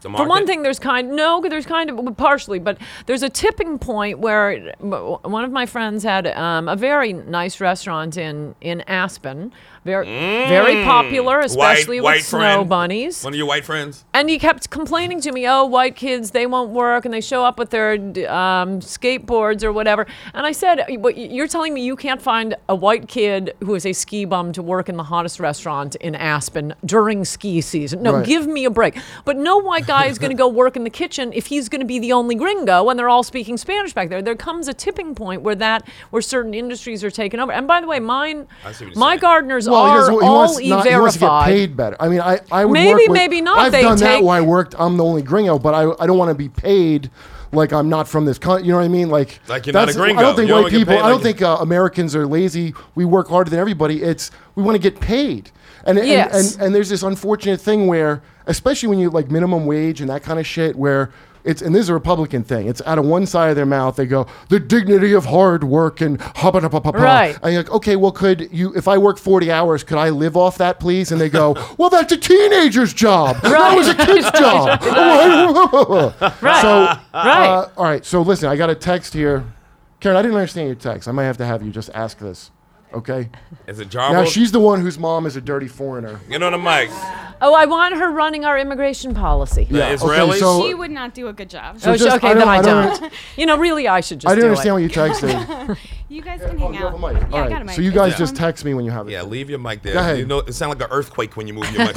The
For one
market.
thing, there's kind no, there's kind of partially, but there's a tipping point where it- w- one of my friends had um, a very nice restaurant in in Aspen, very very popular, especially with snow
Mm. friend.
bunnies.
One of your white friends.
And he kept complaining to me, oh, white kids, they won't work and they show up with their d- um, skateboards or whatever. And I said, but you're telling me you can't find a white kid who is a ski bum to work in the hottest restaurant in Aspen during ski season. No,
Right.
give me a break. But no white guy is going to go work in the kitchen if he's going to be the only gringo and they're all speaking Spanish back there. There comes a tipping point where that, where certain industries are taken over. And by the way, mine,
I see what you're
my
saying.
gardeners
he
are
doesn't- he
all
wants not- he wants to get
E-verified.
paid better. I mean, I, I would
Maybe,
work with-
maybe not.
I've
They
done that
take-
where I worked. I'm the only gringo, but I, I don't want to be paid like I'm not from this country. You know what I mean? Like,
Like you're not
that's-
a gringo.
I don't think
You don't
white
get
people.
paid
I don't
like-
think uh, Americans are lazy. We work harder than everybody. It's we want to get paid. And and,
Yes.
and and there's this unfortunate thing where, especially when you like minimum wage and that kind of shit, where it's and this is a Republican thing. It's out of one side of their mouth. They go the dignity of hard work and hubba hubba hubba.
Right.
And you're like, okay, well, could you, if I work 40 hours, could I live off that, please? And they go, well, that's a teenager's job. That was a kid's job.
Right.
So,
Right.
uh, all right. So, listen, I got a text here. Karen, I didn't understand your text. I might have to have you just ask this. Okay.
Is it John?
Now, she's the one whose mom is a dirty foreigner.
Get on the mic.
Oh, I want her running our immigration policy.
The Israelis.
Okay, so
She would not do a good job.
Oh,
just-
okay,
I
then
don't-
I
I don't-
don't. you know, really, I should just.
I didn't understand
do
what
it.
you texted.
You guys can
oh,
hang
you have a
out.
mic.
Yeah,
all
I
right.
got a mic.
So, you
It's
guys
fine.
just text me when you have it.
Yeah, leave your mic there.
Go ahead.
You know, it sounds like an earthquake when you move your mic.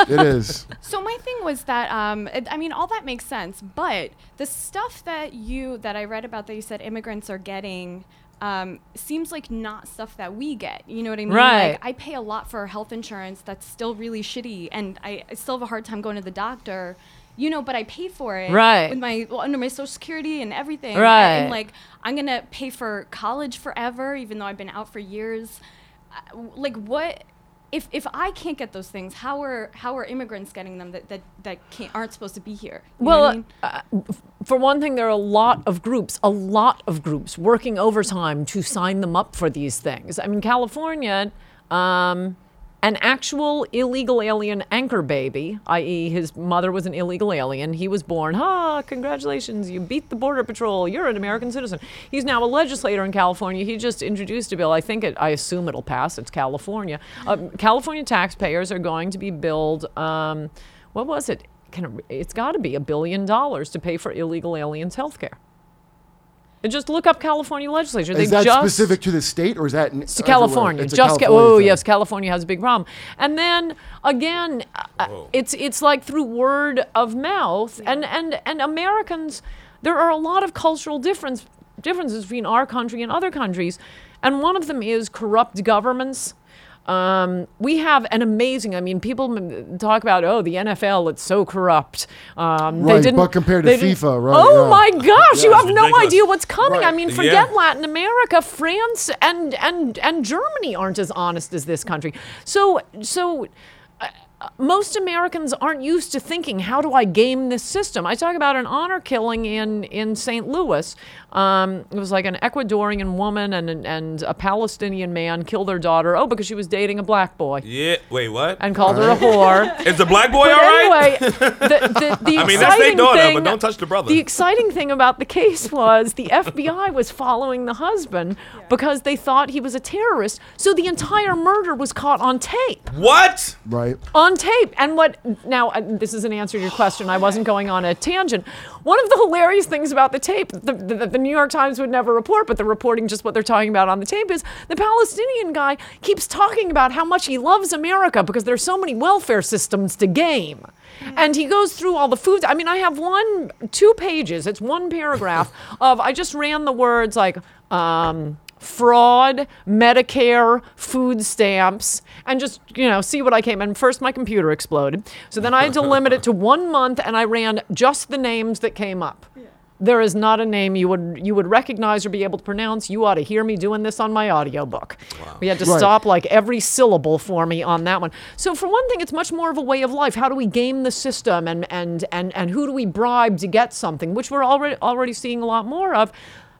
It is.
So my thing was that um, it, I mean, all that makes sense, but the stuff that you that I read about that you said immigrants are getting. Um, seems like not stuff that we get. You know what I mean?
Right.
Like, I pay a lot for health insurance that's still really shitty, and I, I still have a hard time going to the doctor. You know, but I pay for it.
Right.
With my well, under my Social Security and everything.
Right.
And like I'm gonna pay for college forever, even though I've been out for years. I- w- Like what? If, if I can't get those things, how are how are immigrants getting them that that, that can't, aren't supposed to be here? You know what I
Well,
mean?
uh, for one thing, there are a lot of groups, a lot of groups working overtime to sign them up for these things. I mean, California, um, an actual illegal alien anchor baby, i.e., his mother was an illegal alien. He was born, ha, congratulations, you beat the Border Patrol, you're an American citizen. He's now a legislator in California. He just introduced a bill. I think it, I assume it'll pass. It's California. Um, California taxpayers are going to be billed, um, what was it? can it, it's got to be a billion dollars to pay for illegal aliens' health care. And just look up California legislature. They
Is that
just,
specific to the state or is that in,
It's to California.
It's a
just ca-
California
oh
thing.
yes, California has a big problem. And then again, uh, it's it's like through word of mouth, and and and Americans, there are a lot of cultural difference differences between our country and other countries, and one of them is corrupt governments. Um, we have an amazing. I mean, people m- talk about oh, the NFL. It's so corrupt. Um, they
Right,
didn't,
but compared to
they didn't-
FIFA, right,
Oh
yeah.
my gosh, you have no
ridiculous.
idea what's coming. I
Right.
mean,
Yeah.
forget Latin America, France, and and and Germany aren't as honest as this country. So so. uh, uh, Most Americans aren't used to thinking, how do I game this system? I talk about an honor killing in, in St. Louis. Um, it was like an Ecuadorian woman and, and- and a Palestinian man killed their daughter, oh, because she was dating a black boy
yeah. Wait, what?
and called her a whore.
Is the black boy all
But
right?
anyway, the, the, the
I mean,
exciting
that's their daughter,
thing,
but don't touch the brother.
The exciting thing about the case was the FBI was following the husband because they thought he was a terrorist. So the entire murder was caught on tape.
What?
Right.
On on tape. And what now? uh, This is an answer to your question. I wasn't going on a tangent. One of the hilarious things about the tape that the, the, the New York Times would never report, but they're reporting just what they're talking about on the tape is the Palestinian guy keeps talking about how much he loves America because there's so many welfare systems to game. And he goes through all the foods. I mean, I have one, two pages. It's one paragraph of I just ran the words like um, fraud, Medicare, food stamps, and just, you know, see what I came. And first my computer exploded. So then I had to limit it to one month and I ran just the names that came up. There is not a name you would you would recognize or be able to pronounce. You ought to hear me doing this on my audiobook. We had to
Right.
stop like every syllable for me on that one. So for one thing, it's much more of a way of life. How do we game the system and and and and who do we bribe to get something, which we're already already seeing a lot more of.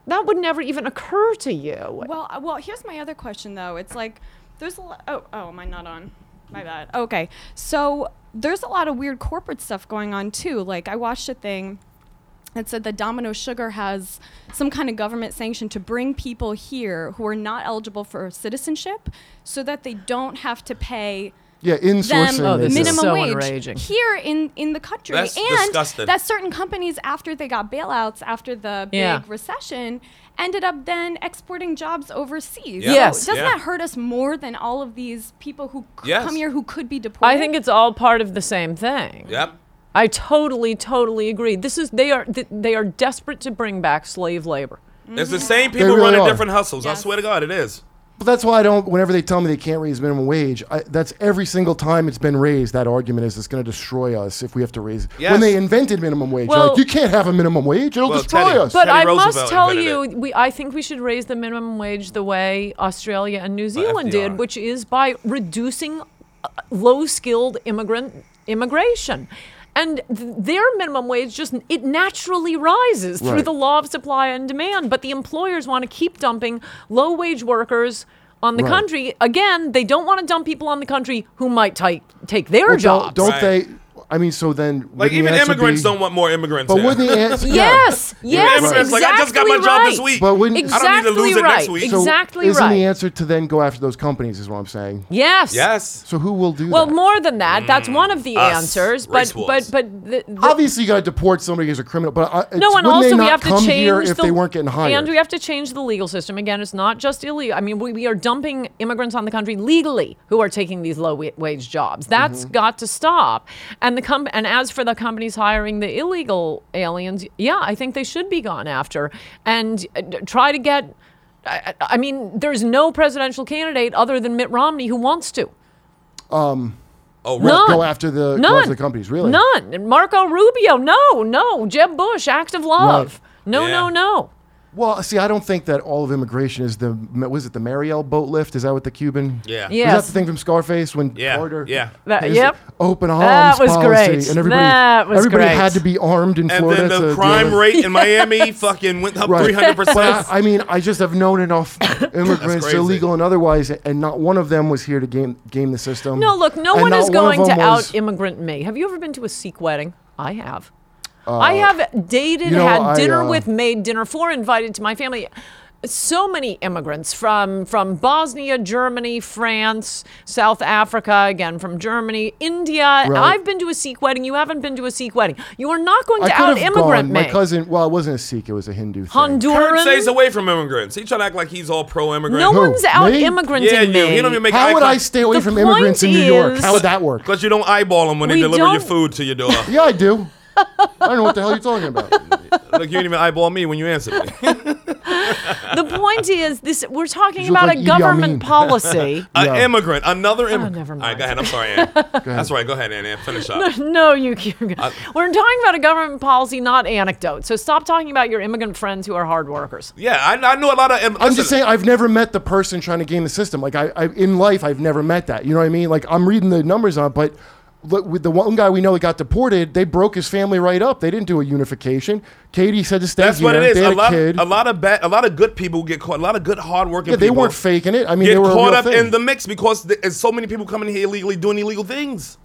That would never even occur to you.
Well, uh, well, here's my other question though. It's like there's a lot. Oh, oh, am I not on? My bad. Okay, so there's a lot of weird corporate stuff going on too. Like I watched a thing that said that Domino Sugar has some kind of government sanction to bring people here who are not eligible for citizenship, so that they don't have to pay
Yeah,
them
insourcing.
Oh, this is
is
minimum
so
wage
enraging.
here in, in the country.
That's
and
disgusting.
that certain companies, after they got bailouts after the big
Yeah.
recession, ended up then exporting jobs overseas.
Yeah.
Yes.
So doesn't
Yeah.
that hurt us more than all of these people who c-
Yes.
come here who could be deported?
I think it's all part of the same thing.
Yep.
I totally, totally agree. This is they are th- they are desperate to bring back slave labor.
It's
Mm-hmm.
the same people
really
running
are.
different hustles. I
Yes.
swear to God, it is.
But that's why I don't. Whenever they tell me they can't raise minimum wage, I, that's every single time it's been raised. That argument is it's going to destroy us if we have to raise. it. When
Yes.
they invented minimum wage, they're
Well-
like you can't have a minimum wage; it'll
Well,
destroy
Teddy-
us.
But
Teddy
I
Roosevelt
must tell
invented
you,
it.
we I think we should raise the minimum wage the way Australia and New Zealand
FDR.
did, which is by reducing uh, low-skilled immigrant immigration. And th- their minimum wage just it naturally rises through
Right.
the law of supply and demand, but the employers want to keep dumping low-wage workers on the
Right.
country. Again, they don't want to dump people on the country who might take take their
Well,
jobs.
don't, don't
Right.
they? I mean, so then
Like
wouldn't the
even
answer
immigrants
be-
don't want more immigrants.
But
here.
wouldn't the answer? yeah.
Yes, yes,
immigrants,
exactly
like, I just got my job this
right.
week.
But wouldn't
I don't need to
Exactly
lose it next
right.
week.
so
exactly
isn't
right.
the answer to then go after those companies? Is what I'm saying.
Yes.
yes. Mm.
So who will do
Well,
that?
more than that, that's one of the
us,
answers. But
race
but
wars.
but the, the,
Obviously, you got to deport somebody who's a criminal. But I, it's,
no,
wouldn't
and
they
also we
not
have to
come
change
here if
the,
they weren't getting hired?
And we have to change the legal system again. It's not just illegal. I mean, we, we are dumping immigrants on the country legally who are taking these low wa- wage jobs. That's
Mm-hmm.
got to stop. And the com- and as for the companies hiring the illegal aliens, yeah, I think they should be gone after and uh, d- try to get. I, I I mean, there's no presidential candidate other than Mitt Romney who wants to.
Oh, really?
None.
go after the go
None.
after the companies. Really?
None. And Marco Rubio, no, no. Jeb Bush, act of love. No,
Yeah.
no, no.
Well, see, I don't think that all of immigration is the was it the Mariel boat lift? Is that what the Cuban?
Yeah.
Yeah.
Was that the thing from Scarface when
Yeah,
Carter?
yeah.
That-
his
yep.
Open arms
That was
policy,
great.
and everybody
That was
everybody
great.
had to be armed in
And
Florida.
then the
to
crime
deal with-
rate in Miami fucking went up
Right.
three hundred
But
percent.
I, I mean, I just have known enough immigrants,
crazy.
illegal and otherwise, and not one of them was here to game game the system.
No, look, no
And
one
not
is
of
going to
them was-
out immigrant me. Have you ever been to a Sikh wedding? I have. I have dated,
Uh, you know,
had
I,
dinner
uh,
with, made dinner for, invited to my family. So many immigrants from from Bosnia, Germany, France, South Africa, again from Germany, India.
Right.
I've been to a Sikh wedding. You haven't been to a Sikh wedding. You are not going
I
to
could have
out
gone.
immigrant me.
My cousin, well, it wasn't a Sikh; it was a Hindu. Thing.
Kurt stays
Honduran.
away from immigrants. He trying to act like he's all pro-immigrant.
No
Who?
one's out
Me?
immigranting
yeah, you.
me.
He don't even make
How would I stay away
The
from
point
immigrants in New York?
is-
How would that work?
Because you don't eyeball them when they
We
deliver your
don't-
food to your door.
Yeah, I do. I don't know what the hell you're talking about.
Look, you didn't even eyeball me when you answered me.
the point is, this we're talking
You look
about
like
a
Idi Amin.
government policy.
An
Yeah.
immigrant, another immigrant.
Oh, never
All right, go ahead.
mind.
I'm sorry, Ann. That's right. Go ahead, Ann. Ann. Finish up.
No, you. you we're talking about a government policy, not anecdote. So stop talking about your immigrant friends who are hard workers.
Yeah, I, I know a lot of. Im-
I'm just saying I've never met the person trying to game the system. Like I, I in life I've never met that. You know what I mean? Like I'm reading the numbers on, it, but look, with the one guy we know that got deported, they broke his family right up. They didn't do a unification. Katie said to stay
That's
here.
what it is.
They
A
had a,
lot,
kid.
a lot of bad, a lot of good people get caught. A lot of good, hardworking
yeah, they
people
weren't faking it. I mean,
get
they were a
caught
real
up
thing.
in the mix because th- there's so many people coming here illegally doing illegal things.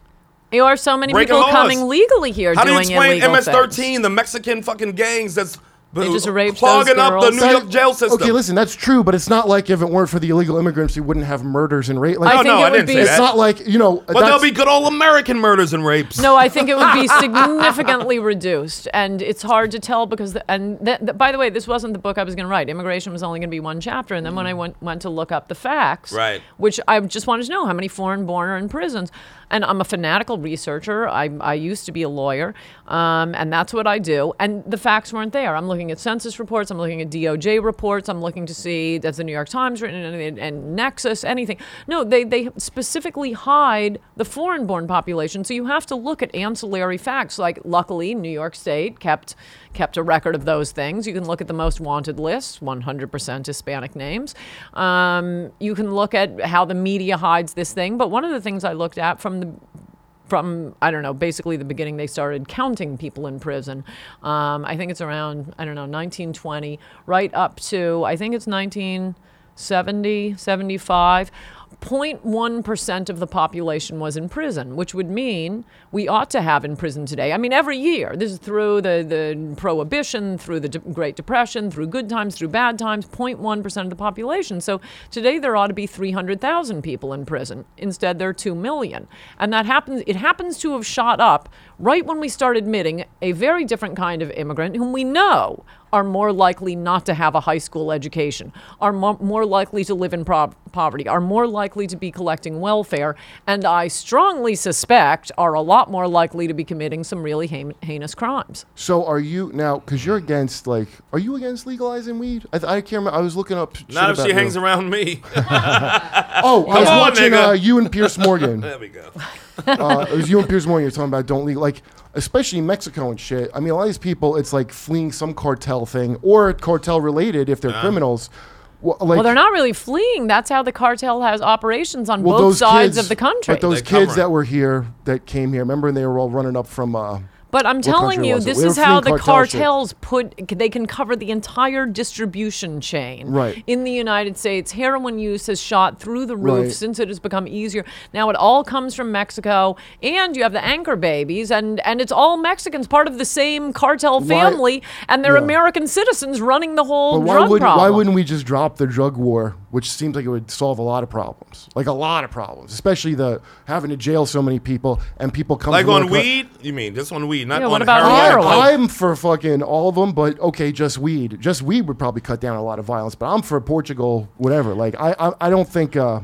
There are so many
Breaking
people
laws.
coming legally here
How do you
doing
explain
illegal
MS-13,
things.
the Mexican fucking gangs that's But
They just raped those
clogging up the
girls.
New
That-
York jail system.
Okay, listen, that's true, but it's not like if it weren't for the illegal immigrants, we wouldn't have murders and rape. Like,
I
no,
think
no,
it
I
would
didn't
be-
say
it's
that.
not like you know.
But
that's-
there'll be good old American murders and rapes.
No, I think it would be significantly reduced, and it's hard to tell because. The, and th- th- by the way, this wasn't the book I was going to write. Immigration was only going to be one chapter, and then when I went went to look up the facts,
Right.
which I just wanted to know how many foreign-born are in prisons, and I'm a fanatical researcher. I I used to be a lawyer, um, and that's what I do. And the facts weren't there. I'm looking at census reports. I'm looking at DOJ reports. I'm looking to see does the New York Times written and, and, and Nexus anything. No, they they specifically hide the foreign-born population. So you have to look at ancillary facts. Like luckily, New York State kept kept a record of those things. You can look at the most wanted lists, 100% Hispanic names. Um, you can look at how the media hides this thing. But one of the things I looked at from the from I don't know, basically the beginning they started counting people in prison. Um, I think it's around I don't know 1920, right up to I think it's 1970, 75. 0.1% of the population was in prison, which would mean we ought to have in prison today. I mean, every year, this is through the, the prohibition, through the De- Great Depression, through good times, through bad times, 0.1% of the population. So today there ought to be 300,000 people in prison. Instead, there are 2 million. And that happens, it happens to have shot up right when we start admitting a very different kind of immigrant whom we know are more likely not to have a high school education, are mo- more likely to live in pro- poverty, are more likely to be collecting welfare, and I strongly suspect are a lot more likely to be committing some really hein- heinous crimes.
so are you now? Because you're against like, are you against legalizing weed? I, th- I can't remember. I was looking up. shit
Not if
about
she hangs
you.
around me.
Oh, I was
on,
watching
nigga.
uh, you and Pierce Morgan.
there we go.
uh, it was you and Piers Morgan you were talking about don't leave, like especially Mexico and shit. I mean, a lot of these people, it's like fleeing some cartel thing or cartel related if they're criminals. Well, like,
Well, they're not really fleeing. That's how the cartel has operations on
well,
both
those
sides
kids-
of the country.
But those
They cover
kids that
it.
were here that came here, remember, and they were all running up from. Uh,
But I'm telling
country
you,
was it?
this
We were
is how
fleeing
the
cartel shit.
cartels put, they can cover the entire distribution chain.
Right.
In the United States, heroin use has shot through the roof
Right.
since it has become easier. Now it all comes from Mexico, and you have the anchor babies, and, and it's all Mexicans, part of the same cartel
Why-
family, and they're
Yeah.
American citizens running the whole
but why
drug
would
problem.
why wouldn't we just drop the drug war, which seems like it would solve a lot of problems, like a lot of problems, especially the having to jail so many people and people come
Like
from
on
other coun-
weed? You mean just on weed? Not
Yeah,
on
what about
heroin.
heroin?
coke.
I, am for fucking all of them, but okay, just weed. Just weed would probably cut down a lot of violence. But I'm for Portugal, whatever. Like I, I, I don't think. Uh,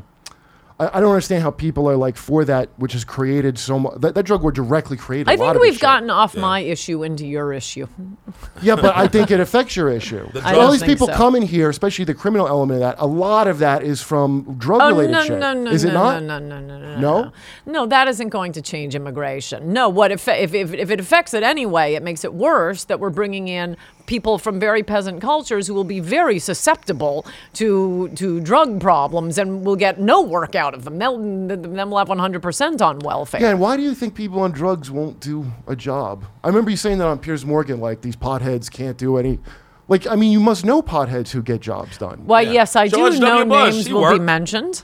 I, I don't understand how people are like for that, which has created so much. That, that drug war directly created. a
I
lot
think
of
we've
this
gotten off my issue into your issue.
Shit. Yeah, but I think it affects your issue.
I
all
don't
these
think
people
so.
coming here, especially the criminal element of that. A lot of that is from drug
Oh
related
no,
shit.
no, no,
is
no,
it not?
no, no, no, no, no,
No?
no. No, that isn't going to change immigration. No, what if, if if if it affects it anyway, it makes it worse that we're bringing in people from very peasant cultures who will be very susceptible to to drug problems and will get no work out of them. They'll then we'll have 100% on welfare.
Yeah, and why do you think people on drugs won't do a job? I remember you saying that on Piers Morgan, like these potheads can't do any. Like, I mean, you must know potheads who get jobs done.
Why, yes, I
George
do.
W.
No
Bush,
names
he
will
worked.
be mentioned.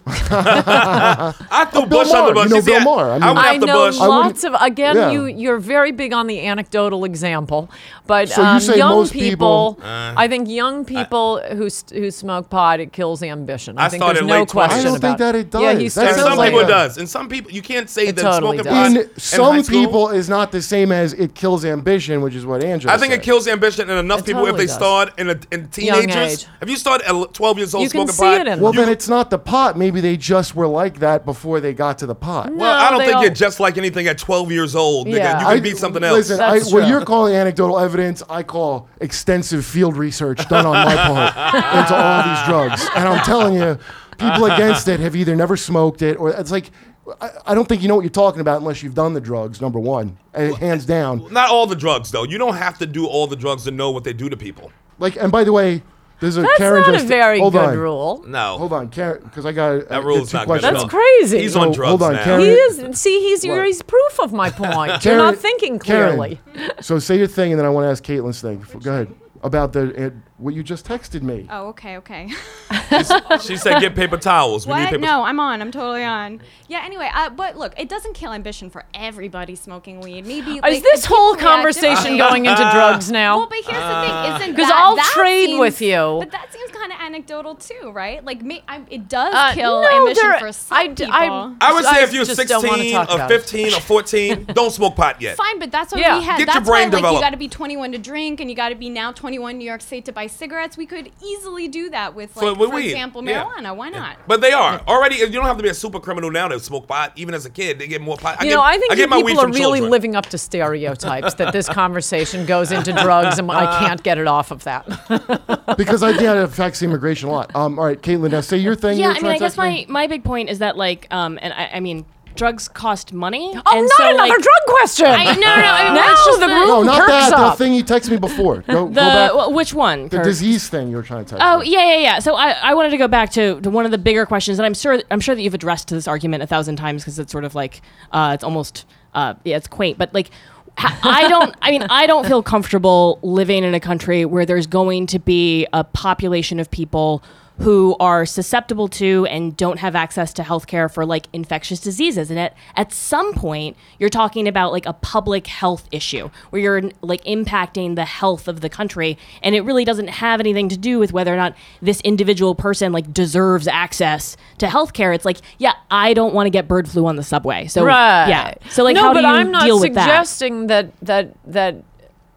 I threw
Uh, Bill
Bush under
Maher.
the bus.
You know
see,
Bill Maher. I
I,
mean-
went
I
after
know
Bush.
lots of. Again,
Yeah.
you you're very big on the anecdotal example, but
So you
um,
say
young
most
people.
people-
Uh,
I think young people who st- who smoke pot it kills ambition. I,
I
think
started
there's no
late 20s.
question
I don't
about
think that
it.
it
Yeah,
does.
he
That
And
started
sounds
some
late.
like
people
a-
does, and some people you can't say
It
that
totally
smoking
does.
pot
In
uh, in high
some
school-
people is not the same as it kills ambition, which is what Angela.
I think it
said.
kills ambition in enough
It
people
totally
if they
does.
start in, a, in
age.
teenagers. If you start at l- 12 years old
You can
smoking
see
pot,
it in
Well,
them.
then it's not the pot. Maybe they just were like that before they got to the pot.
well, I
No,
don't
they
think
all-
you're just like anything at 12 years old. Nigga.
Yeah.
You can
I-
be something else.
Listen, I,
That's
what
true.
you're calling anecdotal evidence, I call extensive field research done on my part into all these drugs. And I'm telling you, people against it have either never smoked it or it's like, I, I don't think you know what you're talking about unless you've done the drugs, number one, and hands down.
Not all the drugs, though. You don't have to do all the drugs to know what they do to people.
Like, and by the way, there's a
That's
Karen
not a
just,
very
hold
good
on,
rule.
No.
Hold on, Karen, because I got
That rule's
two
not good.
questions.
That's crazy.
He's on
Oh,
drugs
hold on,
now.
He
Karen.
is. See, he's you're, he's proof of my point. you're not
Karen-
thinking
Karen,
clearly.
so say your thing, and then I want to ask Caitlin's thing. Go ahead. about the it, what you just texted me.
Oh, okay, okay.
She said, "Get paper towels. We need
what?
paper."
No, I'm on. I'm totally on. Yeah. Anyway, uh, but look, it doesn't kill ambition for everybody smoking weed. Maybe
Is this whole conversation
going?
going into drugs now?
Well, but here's the thing, isn't
Ah. 'Cause
that-
I'll
that
trade
seems-
with you.
But that seems kind of anecdotal too, right? Like, me, I, it does
Uh,
kill
no,
ambition
there-
for some
I d-
people.
I-
I would say if you're
just don't wanna
16
talk
or
about it.
15 or 14, don't smoke pot yet.
Fine, but that's what
Yeah.
we had.
Get your
that's
brain
why, like, you
developed.
got to be 21 to drink, and you got to be now 21 New York State to buy cigarettes. We could easily do that with, like,
For-
for,
with weed.
example,
Yeah.
marijuana. Why not?
But they are already. You don't have to be a super criminal now to smoke pot. Even as a kid, they get more pot.
you
get,
know, I think
I
you
get my weed
people are
from
really
children.
living up to stereotypes that this conversation goes into drugs and I
Uh,
can't get it off of that.
oh,
because I yeah, it affects immigration a lot. Um, all right, Caitlin, now say your thing. you
Yeah,
were
I mean,
trying
I
to
guess
text me.
my, my big point is that like, um, and I, I mean, drugs cost money.
Oh,
and
not
so,
another
like,
drug question.
I, no, no, no. I mean,
Now
it's just
the
the,
room
No, not
perks
that.
up.
The thing you texted me before. Go, go
the
back.
wh- which one?
the
Kirk?
disease thing you were trying to text.
Oh
me.
yeah, yeah, yeah. So I, I wanted to go back to, to one of the bigger questions, and I'm sure I'm sure that you've addressed to this argument a thousand times because it's sort of like uh, it's almost uh, yeah, it's quaint, but like h- I don't. I mean, I don't feel comfortable living in a country where there's going to be a population of people who are susceptible to and don't have access to healthcare for like infectious diseases. And at, at some point, you're talking about like a public health issue where you're like impacting the health of the country. And it really doesn't have anything to do with whether or not this individual person like deserves access to healthcare. It's like, yeah, I don't want to get bird flu on the subway. So,
right.
yeah. So, like,
no,
how do
but
you
I'm not
deal with that?
suggesting that that that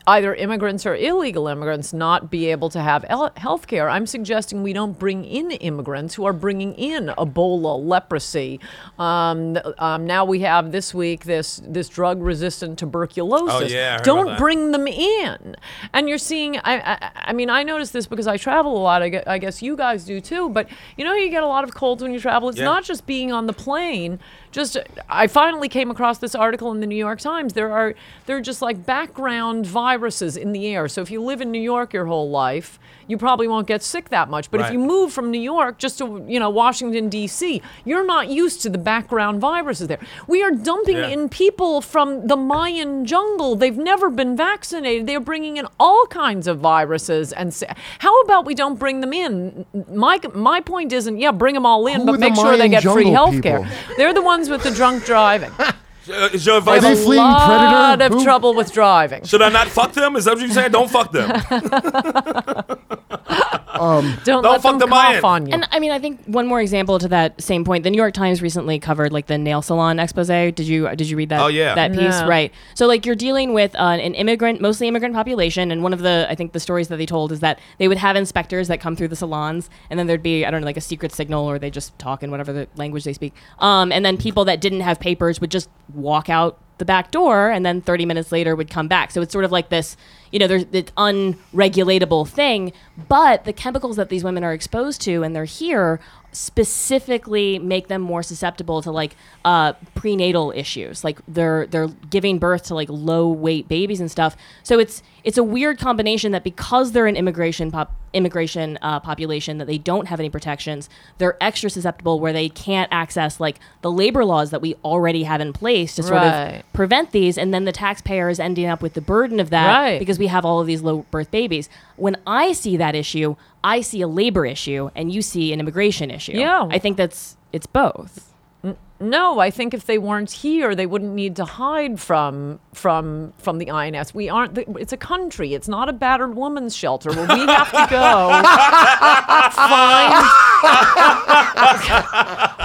either immigrants or illegal immigrants not be able to have health care. I'm suggesting we don't bring in immigrants who are bringing in Ebola, leprosy. Um, th- um, now we have this week this this drug resistant tuberculosis.
Oh, yeah, I heard about
don't
that.
bring them in. And you're seeing. I, I I mean I notice this because I travel a lot. I, gue- I guess you guys do too. But you know you get a lot of colds when you travel. It's
Yeah.
not just just being on the plane just i finally came across this article in the new york times there are there are just like background viruses in the air so if you live in new york your whole life you probably won't get sick that much but if
Right.
you move from new york just to you know washington d.c you're not used to the background viruses there we are dumping
Yeah.
in people from the mayan jungle they've never been vaccinated they're bringing in all kinds of viruses and sa- how about we don't bring them in my my point isn't yeah bring them all in
Who
but
are the
make sure they
Mayan
get free
jungle
health care.
people?
They're the ones with the drunk driving.
Uh, is your
Are
advice?
they fleeing predator?
lot of
Who-
trouble with driving.
should I not fuck them? Is that what you're saying? Don't fuck them.
Don't,
Don't
let
fuck
them
the
cough
Mayan.
on you.
And I mean, I think one more example to that same point. The New York Times recently covered like the nail salon expose. Did you did you read that?
Oh, yeah.
that piece,
No.
right? So like you're dealing with uh, an immigrant, mostly immigrant population, and one of the I think the stories that they told is that they would have inspectors that come through the salons, and then there'd be I don't know like a secret signal, or they just talk in whatever the language they speak. Um, and then people that didn't have papers would just walk out the back door and then 30 minutes later would come back so it's sort of like this you know there's it's unregulatable thing but the chemicals that these women are exposed to and they're here specifically make them more susceptible to like uh, prenatal issues like they're they're giving birth to like low weight babies and stuff so it's it's a weird combination that because they're an immigration pop immigration uh, population that they don't have any protections they're extra susceptible where they can't access like the labor laws that we already have in place to sort
Right.
of prevent these and then the taxpayer is ending up with the burden of that
Right.
because we have all of these low birth babies when i see that issue i see a labor issue and you see an immigration issue
Yeah.
i think that's it's both
No, I think if they weren't here, they wouldn't need to hide from from from the INS. We aren't. The, it's a country. It's not a battered woman's shelter where we have to go find.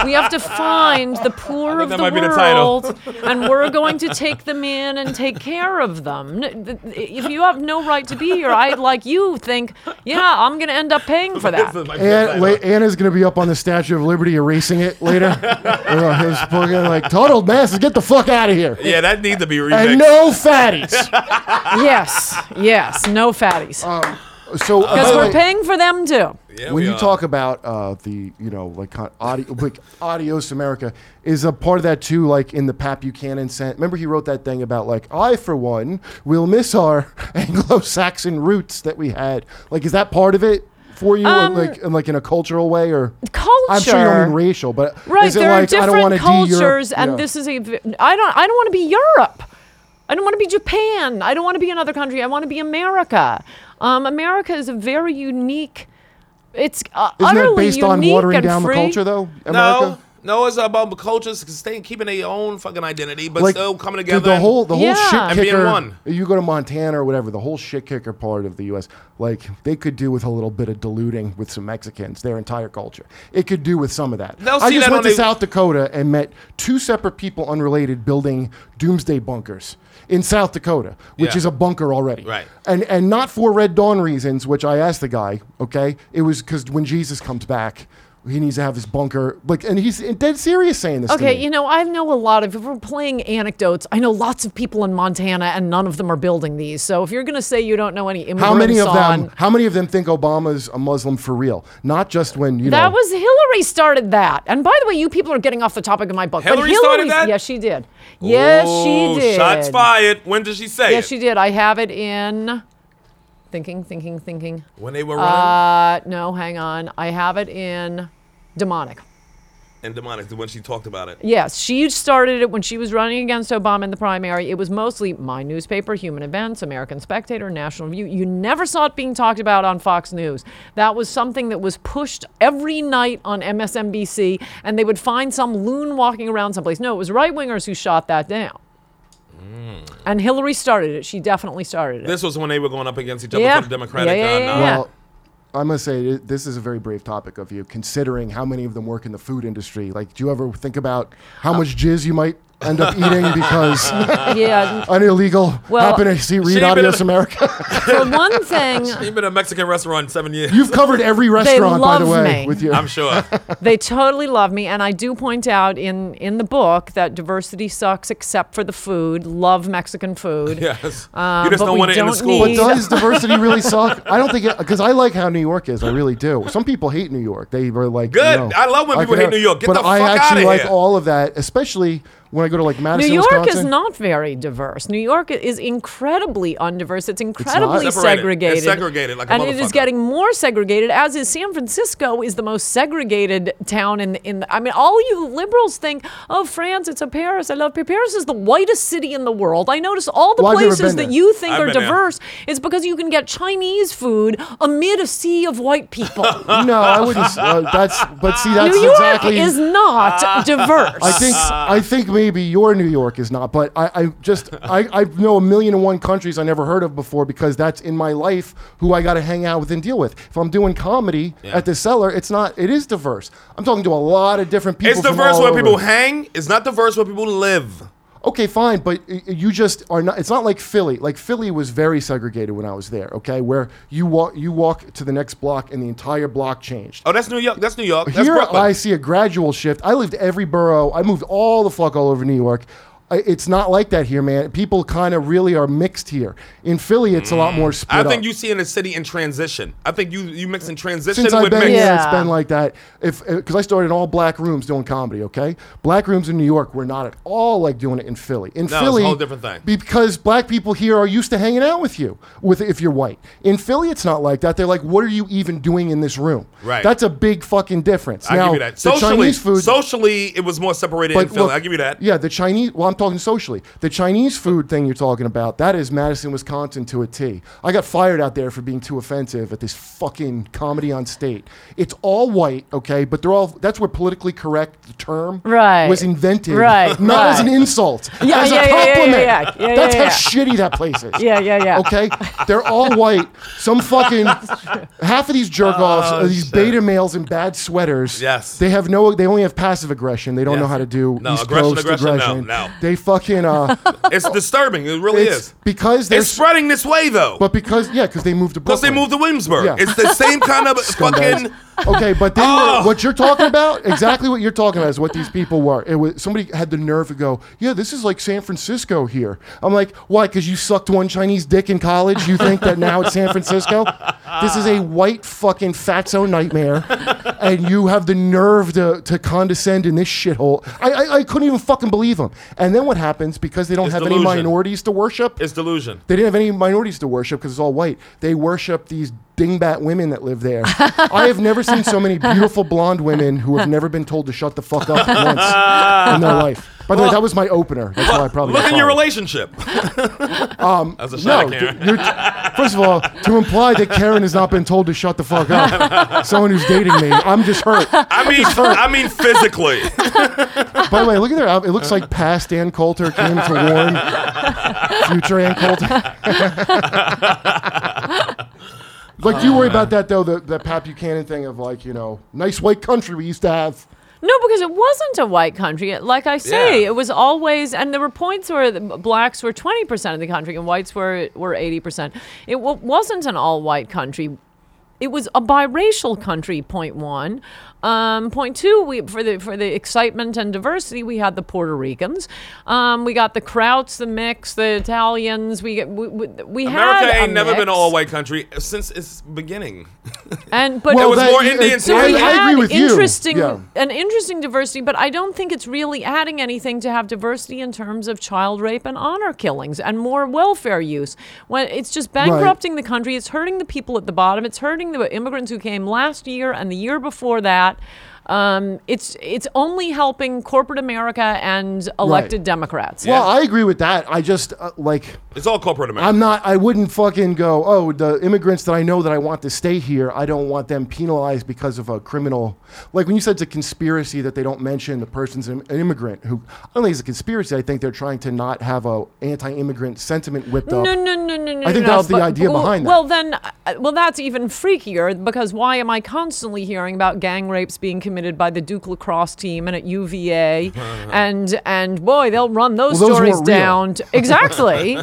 we have to find the poor of
that
the
might be the title.
world, and we're going to take them in and take care of them. N- th- If you have no right to be here, I like you think, yeah, I'm going to end up paying for that.
Ann, la- Anna's gonna be up on the Statue of Liberty erasing it later. uh, his fucking like total masses, get the fuck out of here.
yeah, that needs to be remixed.
And no fatties.
yes, yes, no fatties.
So
Because
Uh, by the
we're
way,
paying for them too.
Yeah,
when
we
you
are.
talk about uh, the you know like kind of audio like adios america is a part of that too like in the pat buchanan sent remember he wrote that thing about like i for one will miss our anglo-saxon roots that we had like is that part of it for you or, like in like in a cultural way or i'm sure you
Um, Culture.
don't mean racial but
Right,
is it
there
like
are
i don't
different
want to
cultures,
de-Europe-
and
yeah.
this is a. v- I don't. I don't want to be Europe. I don't want to be Japan. I don't want to be another country. I want to be America. Um, America is a very unique. It's uh,
Isn't
utterly
that based on
unique
watering
and
down
free.
the culture, though?
No, no, it's about cultures staying, keeping their own fucking identity, but still coming
dude,
together.
the whole the whole
Yeah.
shit
And
being
kicker.
one.
You go to Montana or whatever. The whole shit kicker part of the U.S. Like they could do with a little bit of diluting with some Mexicans. Their entire culture. It could do with some of that.
They'll
I
see
just
that
went
on
to
a-
South Dakota and met two separate people, unrelated, building doomsday bunkers in South Dakota, which
Yeah.
is a bunker already.
Right.
And and not for Red Dawn reasons, which I asked the guy. Okay, it was because when Jesus comes back. He needs to have his bunker, like, and he's dead serious saying this. to
Okay,
me.
you know, I know a lot of, if we're playing anecdotes, I know lots of people in Montana and none of them are building these. So if you're going to say you don't know any immigrants
How many of
on,
them? How many of them think Obama's a Muslim for real? Not just when you
That
know.
was Hillary started that. And by the way, you people are getting off the topic of my book.
Hillary started
Hillary's-
that?
Yes, she did. Yes,
Ooh,
she did.
Shots fired. When did she say
Yes,
it?
she did. I have it in thinking, thinking, thinking.
when they were running
Uh, no, hang on. I have it in demonic.
and demonic when she talked about it.
Yes, she started it when she was running against Obama in the primary. It was mostly my newspaper, Human Events, American Spectator, National Review. You never saw it being talked about on Fox News. That was something that was pushed every night on MSNBC, and they would find some loon walking around someplace. No, it was right wingers who shot that down. And Hillary started it. She definitely started it.
This was when they were going up against each other
Yeah.
for the Democratic.
Yeah, yeah,
uh,
yeah,
nom-
yeah.
well, I must say th- this is a very brave topic of you, considering how many of them work in the food industry. Like, do you ever think about how much jizz you might end up eating because
yeah.
an illegal
Well,
happen to see read
been
Adios
in-
America?
For one thing,
You've been in a Mexican restaurant in seven years.
You've covered every restaurant, by the
love
way,
me.
with you.
I'm sure.
they totally love me and i do point out in in the book that diversity sucks except for the food love mexican food
Yes.
Uh,
you just
but
don't
we
want it in the
don't
school.
need-
But does diversity really suck? I don't think it because I like how New York is. I really do. Some people hate New York. They were like,
Good.
no.
I love when people
could
hate
have-
New York. Get
but
the
I
fuck outta
actually like
here.
all of that, especially when I go to like
New
Madison,
York
Wisconsin.
is not very diverse. New York i- is incredibly undiverse. It's incredibly
Separated.
segregated.
It's segregated like a
and it is
motherfucker.
getting more segregated. As is San Francisco, is the most segregated town in in. I mean, all you liberals think, oh, France, it's a Paris. I love Paris. Paris is the whitest city in the world. I notice all the
Well, I've never
places
been
that
there.
you think
I've
are
been there.
diverse is because you can get Chinese food amid a sea of white people.
no, I wouldn't. s- Uh, that's but see, that's
New York
exactly.
is not diverse.
I think I think maybe your New York is not, but I, I just I, I know a million and one countries I never heard of before because that's in my life who I got to hang out with and deal with. If I'm doing comedy at the cellar, it's not. It is diverse. I'm talking to a lot of different people.
It's
from
diverse
all
where
over.
people hang. It's not diverse where people live.
Okay, fine, but y- y- you just are not. It's not like Philly. Like Philly was very segregated when I was there. Okay, where you walk, you walk to the next block, and the entire block changed.
Oh, that's New York. That's New York. That's
Here
Brooklyn.
I see a gradual shift. I lived every borough. I moved all the fuck all over New York. I, it's not like that here, man. People kind of really are mixed here. In Philly, it's a lot more split
Mm, I think
up.
you see in a city in transition. I think you you mixing transition
since I've
with
been
mix.
here,
Yeah.
it's been like that. If because I started in all black rooms doing comedy. Okay, black rooms in New York were not at all like doing it in Philly. In
it's a
Philly,
whole different thing.
because black people here are used to hanging out with you. With if you're white in Philly, it's not like that. They're like, what are you even doing in this room?
Right.
That's a big fucking difference.
I
now,
give you that.
the
Socially,
Chinese food.
socially, it was more separated in
But
Philly.
look,
I give you that.
Yeah, the Chinese. Well, I'm talking socially. The Chinese food thing you're talking about. That is Madison, Wisconsin to a T. I got fired out there for being too offensive at this fucking comedy on state. It's all white, okay, but they're all. That's where politically correct the term
Right.
was invented,
Right,
Not as an
right.
insult,
Yeah,
as
yeah,
a
yeah, yeah, yeah,
compliment.
yeah. Yeah, yeah,
that's
yeah.
how shitty that place is.
Yeah, yeah, yeah.
Okay, they're all white. Some fucking half of these jerk offs are these beta males in bad sweaters.
Oh, Yes.
they have no. They only have passive aggression. They don't
Yes.
know how to do
No,
East
aggression,
Coast
aggression, no,
aggression.
no.
They fucking uh,
It's disturbing. It really
it's
is.
because they're
It's spreading this way though.
but because yeah, because they moved to
Plus,
Brooklyn.
they moved to Williamsburg.
Yeah.
It's the same kind of fucking.
Okay, but they
Oh.
were, what you're talking about, exactly what you're talking about, is what these people were. It was somebody had the nerve to go, "Yeah, this is like San Francisco here." I'm like, "Why? Because you sucked one Chinese dick in college? You think that now it's San Francisco? This is a white fucking fatso nightmare, and you have the nerve to, to condescend in this shithole." I, I I couldn't even fucking believe them. And then what happens because they don't
It's
have
delusion.
any minorities to worship?
It's delusion.
They didn't have any minorities to worship because it's all white. They worship these dingbat women that live there. I have never seen so many beautiful blonde women who have never been told to shut the fuck up once in their life. By the way, that was my opener. That's why I probably
Look
got
in your
fired.
relationship. um, That's a shot
No,
at Karen.
th- you're t- first of all, to imply that Karen has not been told to shut the fuck up, someone who's dating me, I'm just hurt.
I mean, I mean physically.
By the way, look at their outfit. It looks like past Ann Coulter came to warn future Ann Coulter. like, do you worry about that though? The that Pat Buchanan thing of like, you know, nice white country we used to have.
No, because it wasn't a white country. Like I say,
Yeah.
it was always, and there were points where the blacks were 20% of the country and whites were, were 80%. It w- wasn't an all white country. It was a biracial country, point one. Um, point two, we, for, the, for the excitement and diversity, we had the Puerto Ricans. Um, we got the Krauts, the mix, the Italians. We, we, we, we had.
America
a
ain't never been an
mix.
all white country since its beginning.
And, but
There was
that-
more Indians
So
I-
we
I
had
agree with you.
interesting,
Yeah.
an interesting diversity, but I don't think it's really adding anything to have diversity in terms of child rape and honor killings and more welfare use. When it's just bankrupting the country, it's hurting the people at the bottom, it's hurting the immigrants who came last year and the year before that. Um, it's it's only helping corporate America and elected Democrats.
Well, I agree with that. I just uh, like.
It's all corporate America.
I'm not. I wouldn't fucking go. Oh, the immigrants that I know that I want to stay here. I don't want them penalized because of a criminal. Like when you said it's a conspiracy that they don't mention the person's an an immigrant. Who I don't think it's a conspiracy. I think they're trying to not have a anti-immigrant sentiment whipped up.
No, no, no, no, no.
I think
no,
that's the
but-
idea
well,
behind that.
Well, then, uh, well, that's even freakier because why am I constantly hearing about gang rapes being committed by the Duke lacrosse team and at UVA, and and boy, they'll run those
Well, those
stories
weren't real.
down t- exactly.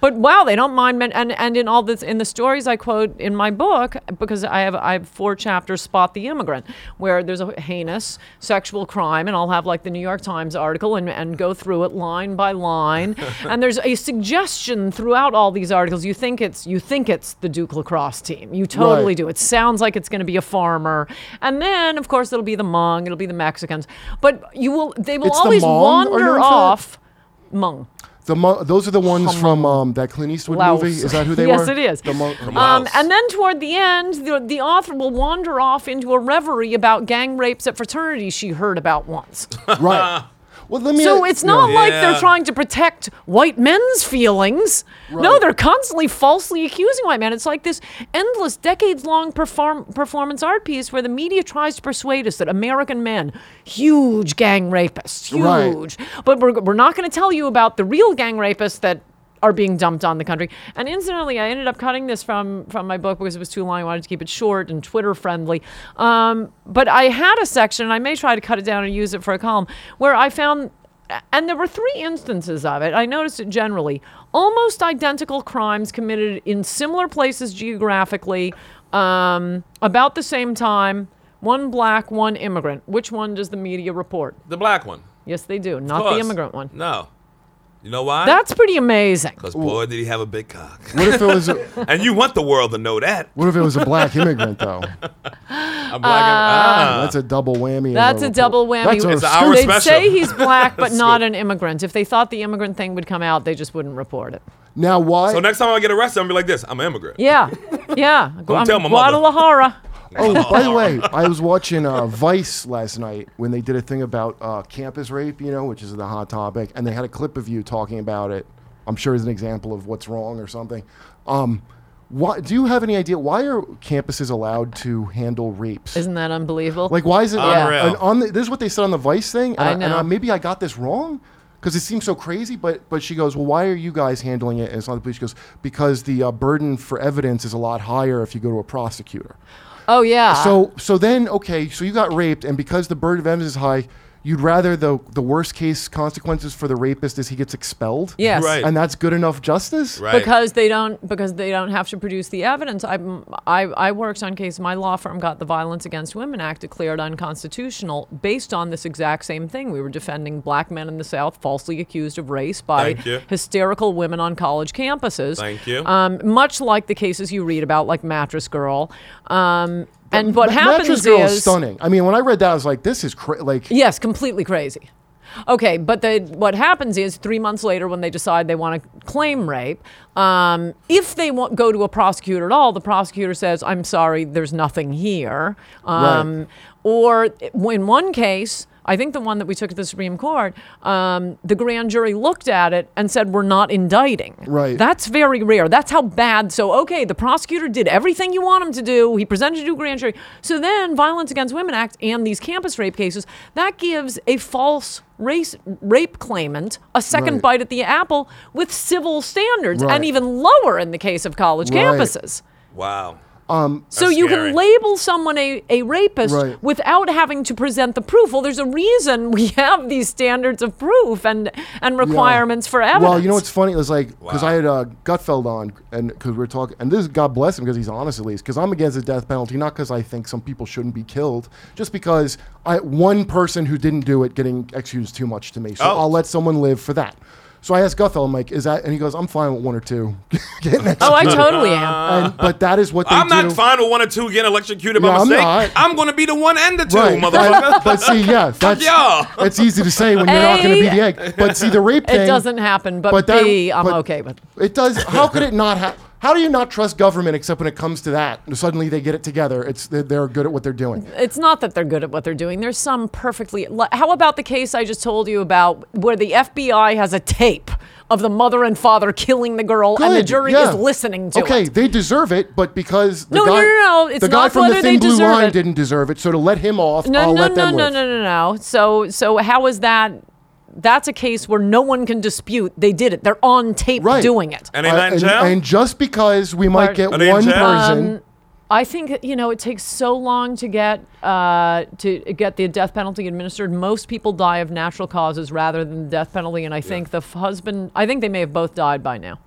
But wow, they don't mind men. And, and in all this, in the stories I quote in my book, because I have I have four chapters, "Spot the Immigrant," where there's a heinous sexual crime, and I'll have like the New York Times article and, and go through it line by line. and there's a suggestion throughout all these articles. You think it's you think it's the Duke lacrosse team. You totally
Right.
do. It sounds like it's going to be a farmer, and then of course it'll be the Hmong, it'll be the Mexicans. But you will they will
It's the
always
Hmong are known
wander
for that?
off. Hmong.
The mo- those are the ones from um, that Clint Eastwood
Laos.
movie. Is that who they
Yes,
were?
it is.
The mo-
From
Um,
Laos.
and then toward the end, the, the author will wander off into a reverie about gang rapes at fraternities she heard about once.
right. Well, let me.
So it's not like
Yeah.
they're trying to protect white men's feelings. No,
Right.
they're constantly falsely accusing white men. It's like this endless, decades long perform- performance art piece where the media tries to persuade us that American men, huge gang rapists,
Right.
huge. But we're, we're not going to tell you about the real gang rapists that are being dumped on the country. And incidentally, I ended up cutting this from from my book because it was too long. I wanted to keep it short and Twitter friendly. Um, but I had a section, and I may try to cut it down and use it for a column, where I found. And there were three instances of it. I noticed it generally. Almost identical crimes committed in similar places geographically, um, about the same time. One black, one immigrant. Which one does the media report?
the black one.
Yes, they do. Not
Of
the
course.
immigrant one.
No. You know why?
That's pretty amazing.
Because boy, did he have a big cock.
What if it was? A,
and you want the world to know that.
what if it was a black immigrant though?
I'm black and- ah.
That's a double whammy. of
That's a
report.
double whammy.
That's a
It's our
They'd
scoop.
special.
say he's black, but not an immigrant. If they thought the immigrant thing would come out, they just wouldn't report it.
Now why?
So next time I get arrested, I'm gonna be like this. I'm an immigrant.
Yeah, yeah.
Don't
I'm
tell my mother.
Guadalajara.
Oh, by the way, I was watching uh, Vice last night when they did a thing about uh, campus rape, you know, which is the hot topic, and they had a clip of you talking about it. I'm sure is an example of what's wrong or something. Um, why, do you have any idea why are campuses allowed to handle rapes?
Isn't that unbelievable?
like, why is it?
Unreal.
and on the, this is what they said on the Vice thing, and,
I
and
know.
maybe I got this wrong because it seems so crazy. But but she goes, well, why are you guys handling it? And it's not the police. She goes because the uh, burden for evidence is a lot higher if you go to a prosecutor.
oh yeah.
So so then okay, so you got raped, and because the burden of evidence is high, you'd rather the the worst case consequences for the rapist is he gets expelled.
yes.
Right.
And that's good enough justice.
Right.
Because they don't because they don't have to produce the evidence. I I, I worked on case my law firm got the Violence Against Women Act declared unconstitutional based on this exact same thing. We were defending black men in the South falsely accused of race by
Thank you.
hysterical women on college campuses.
Thank you.
Um, much like the cases you read about, like Mattress Girl. Um, and what
Ma-
happens
Mattress Girl
is
stunning. I mean, when I read that, I was like, this is cra- like
yes, completely crazy. Okay, but the, what happens is three months later, when they decide they want to claim rape, um, if they want, go to a prosecutor at all, the prosecutor says, "I'm sorry, there's nothing here." Um, Or in one case, I think the one that we took to the Supreme Court, um, the grand jury looked at it and said, "We're not indicting."
Right.
That's very rare. That's how bad. So okay, the prosecutor did everything you want him to do. He presented you to a grand jury. So then, Violence Against Women Act and these campus rape cases that gives a false race rape claimant a second
Right.
bite at the apple with civil standards
Right.
and even lower in the case of college
Right.
campuses.
Wow.
So
That's
you
scary.
can label someone a, a rapist
Right.
without having to present the proof. Well, there's a reason we have these standards of proof and and requirements for evidence.
Well, you know what's funny? It was like because
Wow.
I had uh, Gutfeld on, and because we were talking, and this God bless him because he's honest at least. Because I'm against the death penalty, not because I think some people shouldn't be killed, just because I one person who didn't do it getting excused too much to me. So
Oh.
I'll let someone live for that. So I asked Gutfeld, I'm like, "Is that?" And he goes, "I'm fine with one or two getting excused."
oh, I totally am.
And- but that is what they
I'm
do.
not fine with one or two getting electrocuted
Yeah,
by
I'm
mistake.
not.
I'm, going to be the one and the two,
Right.
motherfucker.
But, but see, yeah, that's
yeah.
that's easy to say when you're not going to be the egg. But see, the rape thing
It doesn't happen, but,
but that-
B, I'm
but-
okay with.
It does. How could it not happen? How do you not trust government except when it comes to that? Suddenly they get it together. It's they're- they're good at what they're doing.
It's not that they're good at what they're doing. There's some perfectly. li- How about the case I just told you about where the FBI has a tape of the mother and father killing the girl, and the
Good,
jury
yeah.
is listening to
okay,
it?
they deserve it, but because the
No, no,
guy,
no, no, it's
the guy
not
from the
whether they
Thin Blue
deserve
Line
it.
didn't deserve it. So to let him off,
No,
I'll
no,
let
no,
them
no,
live.
no, no, no. So, so how is that? That's a case where no one can dispute they did it. They're on tape
Right.
doing it.
And they not in
and,
jail?
and just because we might
Are-
get
Are they in
one
jail?
person,
I think you know it takes so long to get uh, to get the death penalty administered. Most people die of natural causes rather than the death penalty, and I think the f- husband. I think they may have both died by now,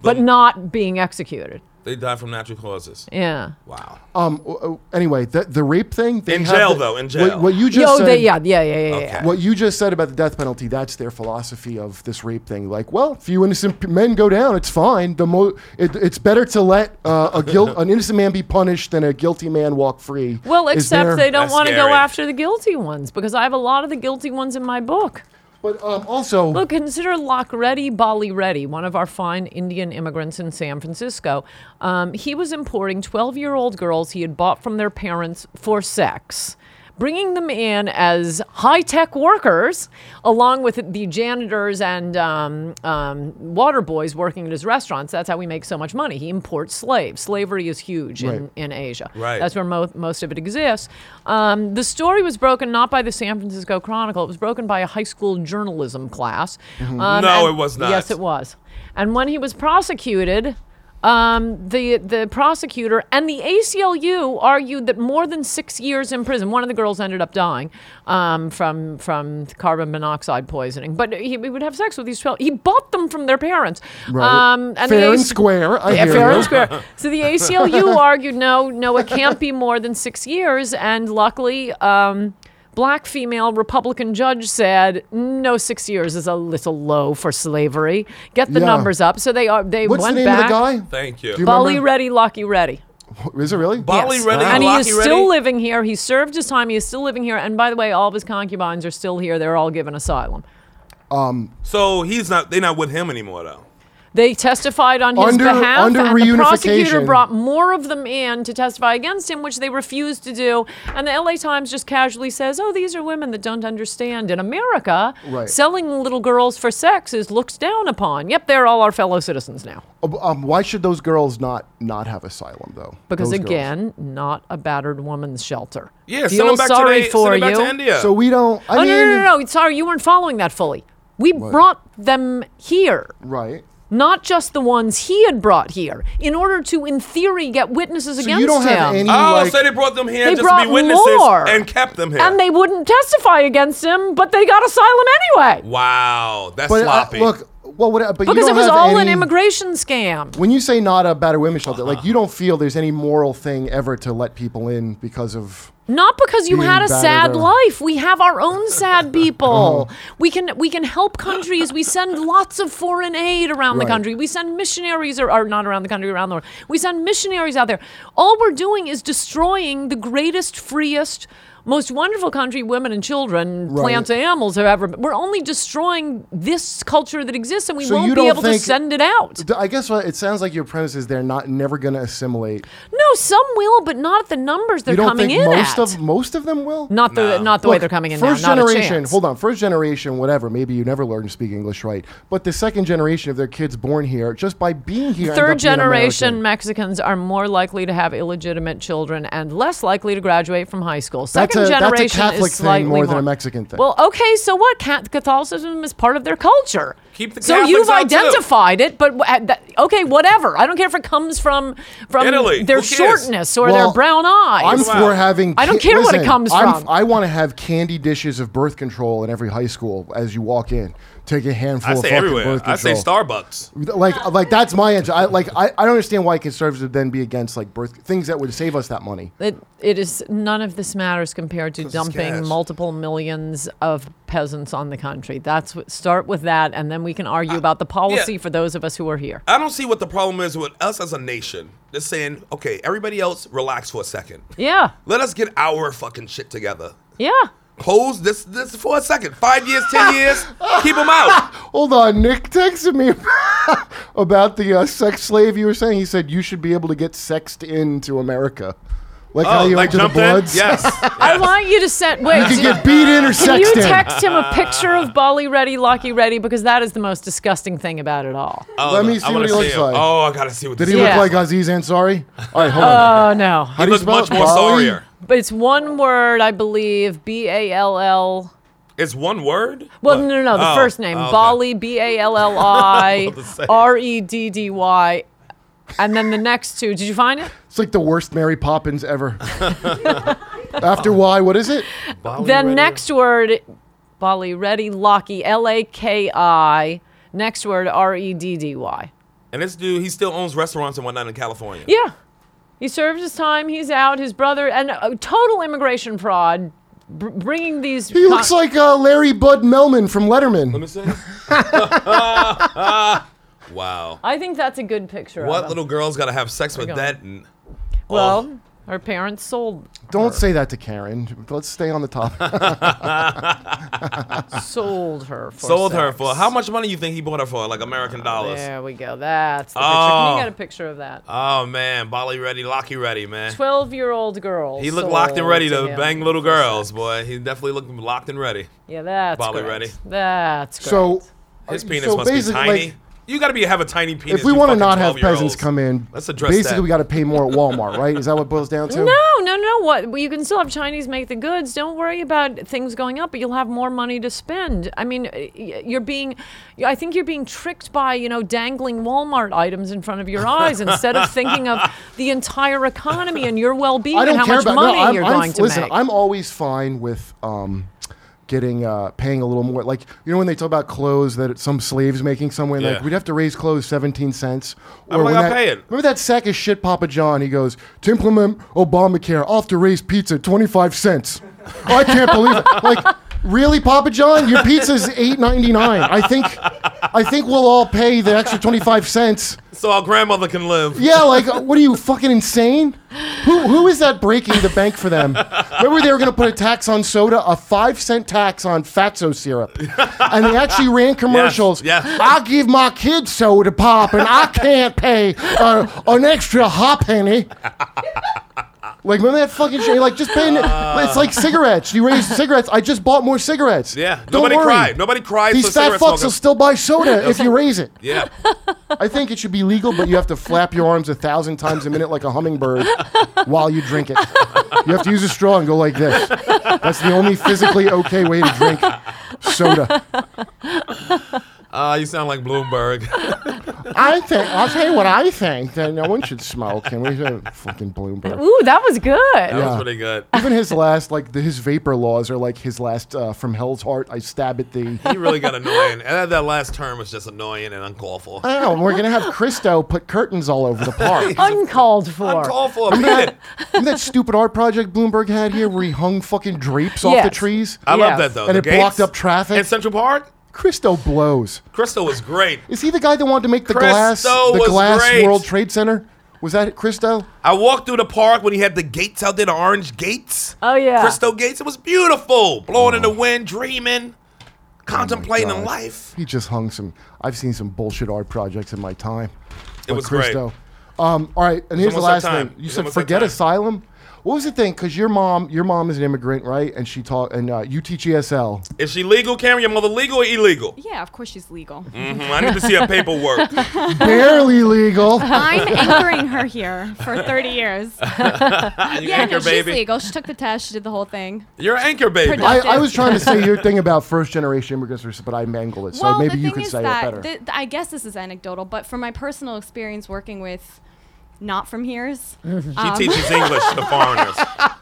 but not being executed.
they die from natural causes.
Yeah.
Wow.
um, w- w- anyway, the, the rape thing. They
In
have
jail,
the-
though, in
what-
jail.
What, you just
Yo,
said,
they, yeah, yeah, yeah, yeah, yeah.
Okay.
What you just said about the death penalty, that's their philosophy of this rape thing. Like, well, if you innocent p- men go down, it's fine. The mo- it, it's better to let uh, a guilt an innocent man be punished than a guilty man walk free.
Well,
Is
except
there-
they don't
That's
want to go
scary.
after the guilty ones because I have a lot of the guilty ones in my book.
But um, also,
Look, consider Lock Reddy Bali Reddy, one of our fine Indian immigrants in San Francisco. Um, he was importing 12 year old girls he had bought from their parents for sex. Bringing them in as high tech workers, along with the janitors and um, um, water boys working at his restaurants. That's how we make so much money. He imports slaves. Slavery is huge
Right.
in, in Asia.
Right.
That's where mo- most of it exists. Um, the story was broken not by the San Francisco Chronicle. It was broken by a high school journalism class.
Mm-hmm.
Um,
No,
and-
it was not.
Yes, it was. And when he was prosecuted, um, the the prosecutor and the ACLU argued that more than six years in prison. One of the girls ended up dying um, from from carbon monoxide poisoning. But he, he would have sex with these twelve. He bought them from their parents.
Right.
Um, and the
fair and
AC
square. I
yeah,
hear
fair
you.
and square. So the ACLU argued, no, no, it can't be more than six years. And luckily, um, black female Republican judge said, no, six years is a little low for slavery. Get the
Yeah.
numbers up. So they are they
What's the
went
name
back.
of the
Thank you.
Do you
Bali
remember? Ah.
Reddy, Lucky Reddy.
guy? Is it really?
Bali
Yes.
Reddy,
and he is
Lucky Reddy?
still living here. He served his time. He is still living here. And by the way, all of his concubines are still here. They're all given asylum.
So he's not. They're not with him anymore, though.
They testified on his
Under-
behalf,
under
and the prosecutor
reunification-
brought more of them in to testify against him, which they refused to do. And the LA Times just casually says, "Oh, these are women that don't understand. In America,
Right.
selling little girls for sex is looked down upon." Yep, they're all our fellow citizens now,
Um, why should those girls not not have asylum though?
because
Those girls.
again, not a battered woman's shelter.
Yeah,
Feel
send him back
sorry
to, the,
for
send him
you.
back to India.
So we don't. I
oh
mean,
no, no, no, no! Sorry, you weren't following that fully. We brought them here.
Right.
Not just the ones he had brought here, in order to, in theory, get witnesses
So
against
you don't
him.
have any.
oh,
like,
so they brought them here
They
just to
brought
be witnesses
more.
and kept them here.
And they wouldn't testify against him, but they got asylum anyway.
wow, that's
but uh,
sloppy.
look, well, what? But you
Because it
don't
was
have
all an
any-
immigration scam.
When you
Uh-huh.
say not a battered women shelter, like you don't feel there's any moral thing ever to let people in because of
Not because you
Being
had a
battered
sad
up.
life. We have our own sad people. We can we can help countries. We send lots of foreign aid around
Right.
the country. We send missionaries or, or not around the country, around the world. We send missionaries out there. All we're doing is destroying the greatest, freest, most wonderful country women and children,
Right.
plants and animals have ever. We're only destroying this culture that exists, and we
So you
won't
don't
be able to
think-
send it out.
D- I guess what it sounds like your premise is they're not never going to assimilate.
No, some will, but not at the numbers they're
you don't
coming
think
in
most
at.
of most of them will?
not the
No.
not the way
Look,
they're coming in
first
now. Not a
generation,
chance.
hold on. First generation, whatever. Maybe you never learned to speak English right, but the second generation of their kids born here, just by being here, end up being
Third generation
American.
Mexicans are more likely to have illegitimate children and less likely to graduate from high school.
That's a-
Second
that's a
generation
Catholic
is
thing
slightly
more than a Mexican thing.
Well, okay, so what? Cat- Catholicism is part of their culture.
Keep the
so
Catholics
you've
out, too.
identified it, but w- at that- okay, whatever. I don't care if it comes from from
Italy.
their
Who cares?
shortness or
Well,
their brown eyes.
I'm
Wow.
for having.
I don't
ca-
care what it
listen,
comes
I'm-
from.
I want to have candy dishes of birth control in every high school as you walk in. Take a handful
I
of
say
fucking
everywhere.
birth
I say
control.
Starbucks.
like uh, like that's my answer. I like I, I don't understand why conservatives would then be against like birth things that would save us that money.
It, it is none of this matters compared to
Because it's
dumping
cash.
multiple millions of peasants on the country. That's what, start with that, and then we can argue about the policy for those of us who are here.
I don't see what the problem is with us as a nation. Just saying, okay, everybody else, relax for a second.
Yeah,
Let us get our fucking shit together.
yeah.
Pose this this for a second. Five years, ten years, keep them out.
Hold on, Nick texted me about the uh, sex slave you were saying. He said you should be able to get sexed into America, like how
Oh,
you went
like
to the
jump in?
Bloods.
Yes.
I want you to send. Wait,
You
do-
could get beat in or
can you
sexed in.
text him a picture of Bali Ready, Lucky Ready, because that is the most disgusting thing about it all.
Oh,
Let me
no,
see
I
what
wanna
he looks
him.
like.
Oh, I gotta see what
Did
this
he
is.
Yeah.
look like Aziz Ansari? All right, hold on.
Oh no!
How do you
Looks
spell
much
it?
more
Bali?
sorrier.
But it's one word, I believe. B A L L.
It's one word.
Well,
What?
no, no, no. The
Oh,
first name,
oh, okay.
Bali, B A L L I
What was it say?
R E D D Y, and then the next two. Did you find it?
It's like the worst Mary Poppins ever. After Y, what is it?
Bali
The
ready.
next word, Bali, Reddy, Locky, L A K I. Next word, R E D D Y.
And this dude, he still owns restaurants and whatnot in California.
Yeah, he served his time. He's out. His brother and uh, total immigration fraud, br- bringing these.
He looks like uh, Larry Bud Melman from Letterman.
Let me see. wow.
I think that's a good picture.
What
of him.
little girl's gotta have sex with
There we go.
that? And,
Well, her parents sold
Don't say that to Karen. Let's stay on the topic.
sold her. For
sold her
sex.
for how much money you think he bought her for? Like
Oh,
American dollars.
There we go. That's the picture. Can
Oh.
you get a picture of that?
Oh man, Bali ready, Locky ready, man.
Twelve-year-old girl.
He looked locked and ready
sold
to
him
bang little
for
girls,
sex.
boy. He definitely looked locked and ready.
Yeah, that's
Bali
great.
ready.
That's great.
so,
His
uh,
penis
so
must be
basically,
tiny.
like,
you got to be have a tiny penis.
if we
you
want to
fucking
not have
12-year-olds.
peasants come in,
let's address
basically
that.
we got to pay more at Walmart, right? Is that what it boils down to?
no, no, no. What well, you can still have Chinese make the goods. Don't worry about things going up, but you'll have more money to spend. I mean, y- you're being, I think you're being tricked by you know dangling Walmart items in front of your eyes instead of thinking of the entire economy and your well-being
I
and
don't
how
care
much
about
money
no, I'm,
you're
I'm-
going to
listen,
make.
I'm always fine with um, getting uh, paying a little more. Like you know when they talk about clothes that some slaves making somewhere, like
Yeah.
we'd have to raise clothes seventeen cents. Or
like,
when
I'll
that-
pay it.
Remember that sack of shit, Papa John? He goes to implement Obamacare, I'll have to raise pizza twenty five cents. Oh, I can't believe it. Like. Really, Papa John? Your pizza's eight ninety nine. I think, I think we'll all pay the extra twenty five cents.
so our grandmother can live.
Yeah, like uh, what are you fucking insane? Who who is that breaking the bank for them? Remember they were going to put a tax on soda, a 5 cent tax on fatso syrup. And they actually ran commercials.
yes.
I give my kids soda pop and I can't pay uh, an extra hop penny. Like remember that fucking shit? Like just paying. it's like cigarettes. You raise cigarettes. I just bought more cigarettes.
Yeah,
Don't
nobody
worry.
cried. Nobody cried
These
for
fat
cigarette
fucks
smokers.
will still buy soda if you raise it.
Yeah,
I think it should be legal, but you have to flap your arms a thousand times a minute like a hummingbird while you drink it. You have to use a straw and go like this. That's the only physically okay way to drink soda.
uh, you sound like Bloomberg.
I think I'll tell you what I think. That no one should smoke. And we should fucking Bloomberg.
Ooh, that was good.
That
Yeah.
was pretty good.
Even his last, like the, his vapor laws are like his last uh, from Hell's Heart. I stab at thee.
He really got annoying. And that- that last term was just annoying and uncalled for.
Oh, and we're gonna have Christo put curtains all over the park.
Uncalled for.
Uncalled for. man.
Isn't that stupid art project Bloomberg had here where he hung fucking drapes off the
Yes.
trees?
I
Yes.
love that though.
And
The
it blocked
gates
up traffic.
in Central Park.
Christo blows.
Crystal was great.
Is he the guy that wanted to make the glass
Christo
the
was
glass
great.
World Trade Center? Was that Christo?
I walked through the park when he had the gates out there, the orange gates.
Oh, yeah.
Crystal gates. It was beautiful. Blowing in the
Oh.
wind, dreaming, contemplating
God.
life.
He just hung some. I've seen some bullshit art projects in my time. But
was great.
Um, all right, and here's the last
almost that time.
thing. You
It's
said
almost that
forget
time.
asylum. What was the thing? Because your mom, your mom is an immigrant, right? And she taught, and uh, you teach ESL.
Is she legal, Cameron? Your mother legal or illegal?
Yeah, of course she's legal.
hmm I need to see her paperwork.
Barely legal.
I'm anchoring her here for 30 years.
You
yeah,
anchor
no, she's
baby.
legal. She took the test. She did the whole thing.
You're an anchor baby.
Production.
I, I was trying to say your thing about first generation immigrants, versus- but I mangled it. So
well,
maybe
the
you
thing
could
is
say
that
it better.
th- th- I guess this is anecdotal, but from my personal experience working with not from here's,
She teaches English to foreigners.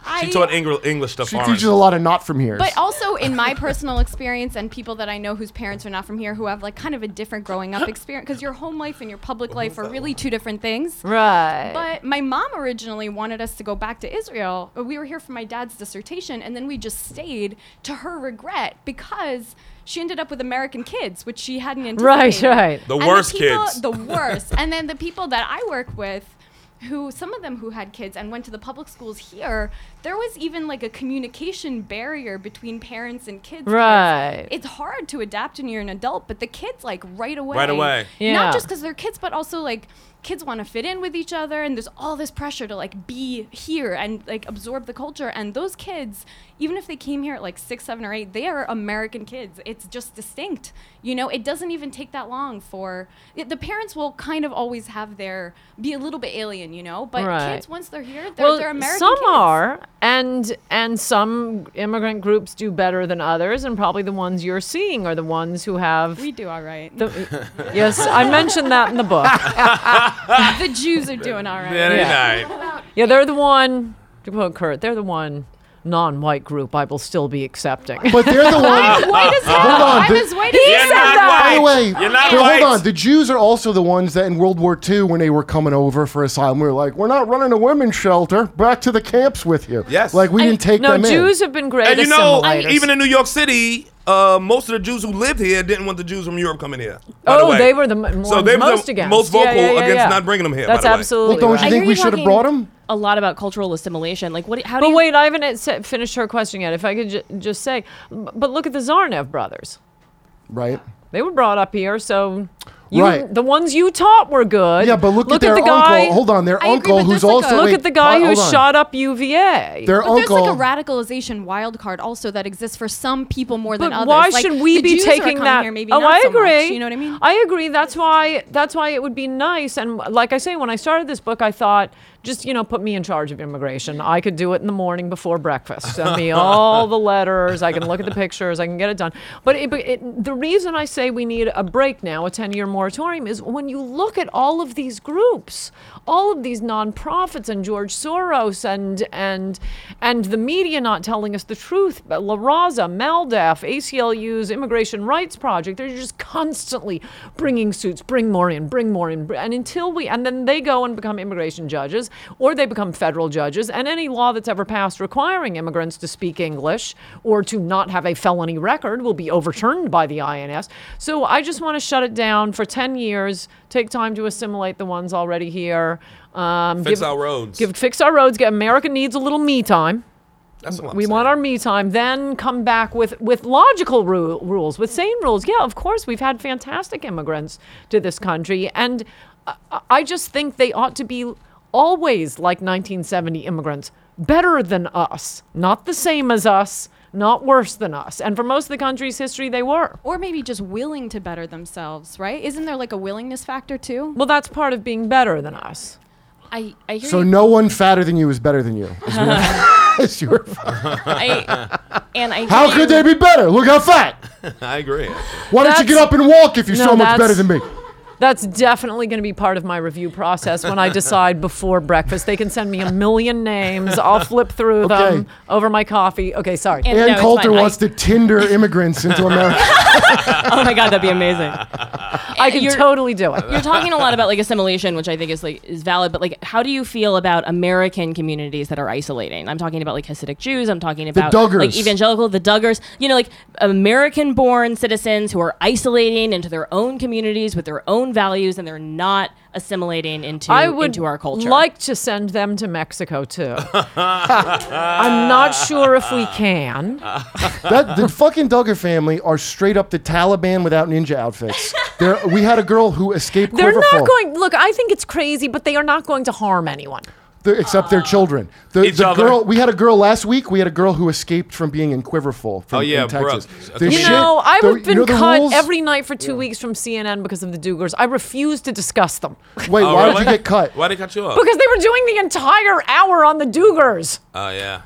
I,
She taught Engl- English to
she
foreigners.
teaches a lot of not from here.
But also in my personal experience and people that I know whose parents are not from here who have like kind of a different growing up experience because your home life and your public life are really two different things.
Right.
But my mom originally wanted us to go back to Israel. Uh, We were here for my dad's dissertation, and then we just stayed to her regret because she ended up with American kids, which she hadn't anticipated.
right.
The
And
worst
people-
kids.
The worst. and then the people that I work with, who some of them who had kids and went to the public schools here, there was even like a communication barrier between parents and kids. 'cause
Right.
It's hard to adapt when you're an adult, but the kids like right away.
Right away.
Yeah.
Not just because they're kids, but also like kids want to fit in with each other, and there's all this pressure to like be here and like absorb the culture. And those kids, even if they came here at like six, seven, or eight, they are American kids. It's just distinct. You know, it doesn't even take that long for it, the parents will kind of always have their be a little bit alien, you know. But
Right.
kids, once they're here, they're, they're American.
some
kids.
are, and and some immigrant groups do better than others, and probably the ones you're seeing are the ones who have.
We do all right. The,
the, yes, I mentioned that in the book.
Jews are doing all right.
Very
Yeah.
nice.
Yeah, they're the one. To quote Kurt, they're the one non-white group I will still be accepting.
but they're the ones.
Ah,
White as hell.
Hold on,
I'm
the-
as white as
He
hell.
You're
said
not
that.
white.
By the way,
You're not
but
white.
hold on. The Jews are also the ones that in World War II, when they were coming over for asylum, we were like, "We're not running a women's shelter. Back to the camps with you."
Yes.
like we
I-
didn't take
no,
them
Jews
in.
have been great
And you know, e,
assimilators.
even in New York City, uh, most of the Jews who lived here didn't want the Jews from Europe coming here. by the
oh,
way.
they were the m-
So
ones
they were the
most against,
most
Yeah,
vocal
yeah, yeah,
against
yeah.
not bringing them here, by
That's
the way.
absolutely.
Well, don't
right.
you
I
think
hear
we
you
should have
talking
brought 'em?
A lot about cultural assimilation. Like, what? do- How do
But
you?
wait, I haven't said- finished her question yet. If I could ju- just say, but look at the Zarnev brothers.
Right?
They were brought up here, so you,
Right.
the ones you taught were good.
Yeah, but look, at their
the guy.
uncle. Hold on, their
I agree,
uncle
but
who's
there's like
also
a-
Look
wait,
at the guy
hold-
who
hold on.
shot up UVA.
Their
But
uncle.
there's like a radicalization wild card also that exists for some people more
but
than others.
why
Like,
should we
the
be
Jews are
taking
coming
that?
Here, maybe
oh,
not
I
so much,
agree.
you know what I mean?
I agree. That's why. That's why it would be nice. And like I say, when I started this book, I thought, just you know, put me in charge of immigration. I could do it in the morning before breakfast. Send me all the letters. I can look at the pictures. I can get it done. But it, but it, the reason I say we need a break now, a ten-year moratorium, is when you look at all of these groups, all of these nonprofits, and George Soros, and and and the media not telling us the truth. But La Raza, MALDEF, ACLU's Immigration Rights Project, they're just constantly bringing suits, bring more in, bring more in. br- And until we, and then they go and become immigration judges or they become federal judges. And any law that's ever passed requiring immigrants to speak English or to not have a felony record will be overturned by the INS. So I just want to shut it down for 10 years, take time to assimilate the ones already here. Um,
Fix
give-
our roads.
Give, fix our roads. Get America needs a little me time.
That's what I'm
We
saying.
want our me time. Then come back with with logical ru- rules, with sane rules. Yeah, of course, we've had fantastic immigrants to this country, and I, I just think they ought to be always like 1970 immigrants, better than us, not the same as us, not worse than us. And for most of the country's history, they were.
or maybe just willing to better themselves, right? Isn't there like a willingness factor too?
Well, that's part of being better than us.
I, I hear
So
you.
no one fatter than you is better than you. is what- is your-
I, and I.
how
hear
could
you.
they be better? Look how fat.
I agree.
Why don't you
That's-
get up and walk if you're
No,
so much
that's-
better than me?
That's definitely going to be part of my review process when I decide before breakfast. They can send me a million names. I'll flip through
Okay.
them over my coffee. Okay, sorry.
And-
Ann
No, it's
Coulter
fine. I-
wants to Tinder immigrants into America.
oh my god, that'd be amazing.
I can
you're-
totally do it.
You're talking a lot about like assimilation, which I think is like is valid, but like how do you feel about American communities that are isolating? I'm talking about like Hasidic Jews, I'm talking about
Duggars.
like evangelical, the Duggars, you know, like American born citizens who are isolating into their own communities with their own values and they're not assimilating into
I would
into our culture.
like to send them to Mexico too. I'm not sure if we can.
that, the fucking Duggar family are straight up the Taliban without ninja outfits. They're, we had a girl who escaped
They're
Quiverful,
not going. Look, I think it's crazy, but they are not going to harm anyone.
the- except their children. The,
Each
the
other.
girl we had a girl last week. We had a girl who escaped from being in Quiverful. From,
Oh, yeah,
in Texas.
Brooke.
The
You
You
shit-
know, I've
the-
been
you know the
cut
rules?
every night for two weeks from CNN because of the Dugars. I refuse to discuss them
Wait,
Oh,
why
really?
did you get cut?
Why they cut you off?
because they were doing the entire hour on the Dugars.
Oh yeah.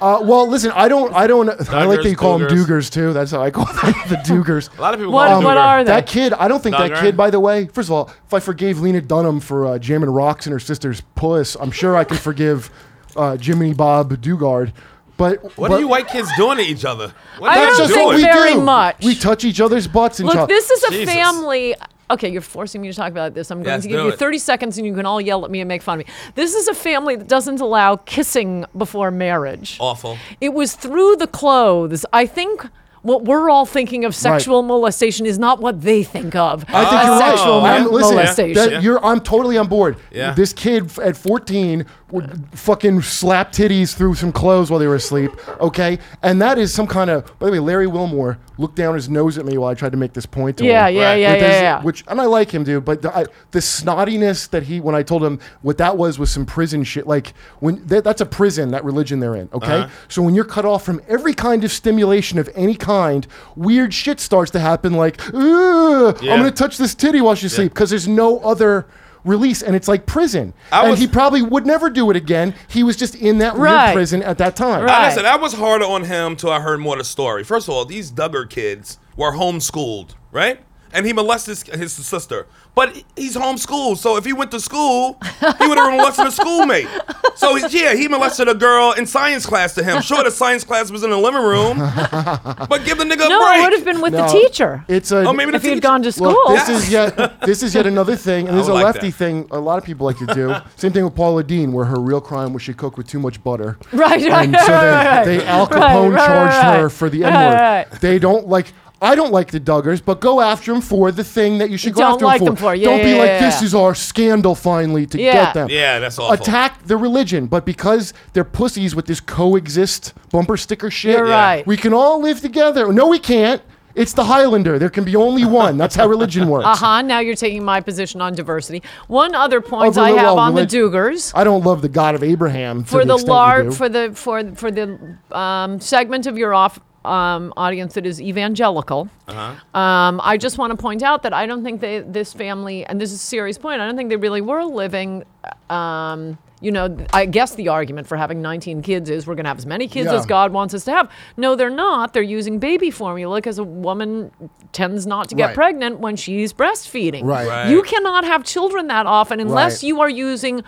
Uh, well, listen, I don't, I don't, I like that you call
Duggars,
them
Duggars.
Dugars too. That's how I call them, the Dugars.
A lot of people.
What-
call them
what
Duggar.
are they?
That kid, I don't think
Duggar?
that kid, by the way, first of all, if I forgave Lena Dunham for uh, jamming rocks in her sister's puss, I'm sure I can forgive uh, Jiminy Bob Dugard. But
What
but
are you white kids doing to each other? What
I
are you
don't
that's just
think
what we
very
do.
much.
We touch each other's butts and
Look,
chop-
this is a
Jesus.
family. Okay, you're forcing me to talk about this. I'm going
Yes,
to give
do
you
it.
30 seconds and you can all yell at me and make fun of me. This is a family that doesn't allow kissing before marriage.
Awful.
It was through the clothes. I think what we're all thinking of sexual molestation is not what they think of.
I think
as
you're right.
sexual
I'm,
mol-
listen,
molestation.
that- you're, I'm totally on board.
Yeah.
This kid f- at 14 would fucking slap titties through some clothes while they were asleep. Okay, and that is some kind of. By the way, Larry Wilmore looked down his nose at me while I tried to make this point to
Yeah,
him.
yeah, yeah,
With his-
yeah, yeah.
Which and I like him, dude. But the, I, the snottiness that he when I told him what that was was some prison shit. Like when that, that's a prison that religion they're in. Okay,
Uh-huh.
so when you're cut off from every kind of stimulation of any kind, weird shit starts to happen. Like, "Ugh,
Yeah.
I'm gonna touch this titty while she's asleep because there's no other release and it's like prison
I
and
was-
he probably would never do it again he was just in that
Right.
weird prison at that time
Right.
Listen, I was harder on him till I heard more of the story. First of all, these Duggar kids were homeschooled, right? And he molested his, his sister. But he's homeschooled, so if he went to school, he would have molested a schoolmate. So he's, yeah, he molested a girl in science class to him. Sure, the science class was in the living room, but give the nigga
no,
a break.
it would have been with the
No,
teacher
it's a
Oh, maybe the
if he had
teacher-
gone to school.
Look, this is yet this is yet another thing, and this is a
would like
lefty
that.
thing. A lot of people like to do. Same thing with Paula Dean, where her real crime was she cooked with too much butter.
Right, right,
And so they,
right,
they
right.
Al
Right,
Capone
right,
charged
right,
her
right.
for the N
Right,
word.
right.
They don't like. I don't like the Duggars, but go after them for the thing that you should go
Don't
after
like
them
them
for.
for. Yeah,
don't be
yeah,
like
yeah,
this
yeah.
is our scandal finally to
Yeah.
get them.
Yeah, that's awful.
Attack the religion, but because they're pussies with this coexist bumper sticker shit,
You're Yeah. right.
we can all live together. No, we can't. It's the Highlander. There can be only one. That's how religion works.
Uh-huh, now you're taking my position on diversity. One other point
Oh,
I
relig-
have
well,
on the
relig-
Dugars.
I don't love the God of Abraham. to
for
the,
the,
extent you do.
lar- for the for for the um, segment of your off um, audience that is evangelical.
Uh-huh.
Um, I just want to point out that I don't think they, this family, and this is a serious point, I don't think they really were living. Um, you know, th- I guess the argument for having 19 kids is we're going to have as many kids
Yeah.
as God wants us to have. No, they're not. They're using baby formula because a woman tends not to get
Right.
pregnant when she's breastfeeding.
Right.
Right.
You cannot have children that often unless
Right.
you are using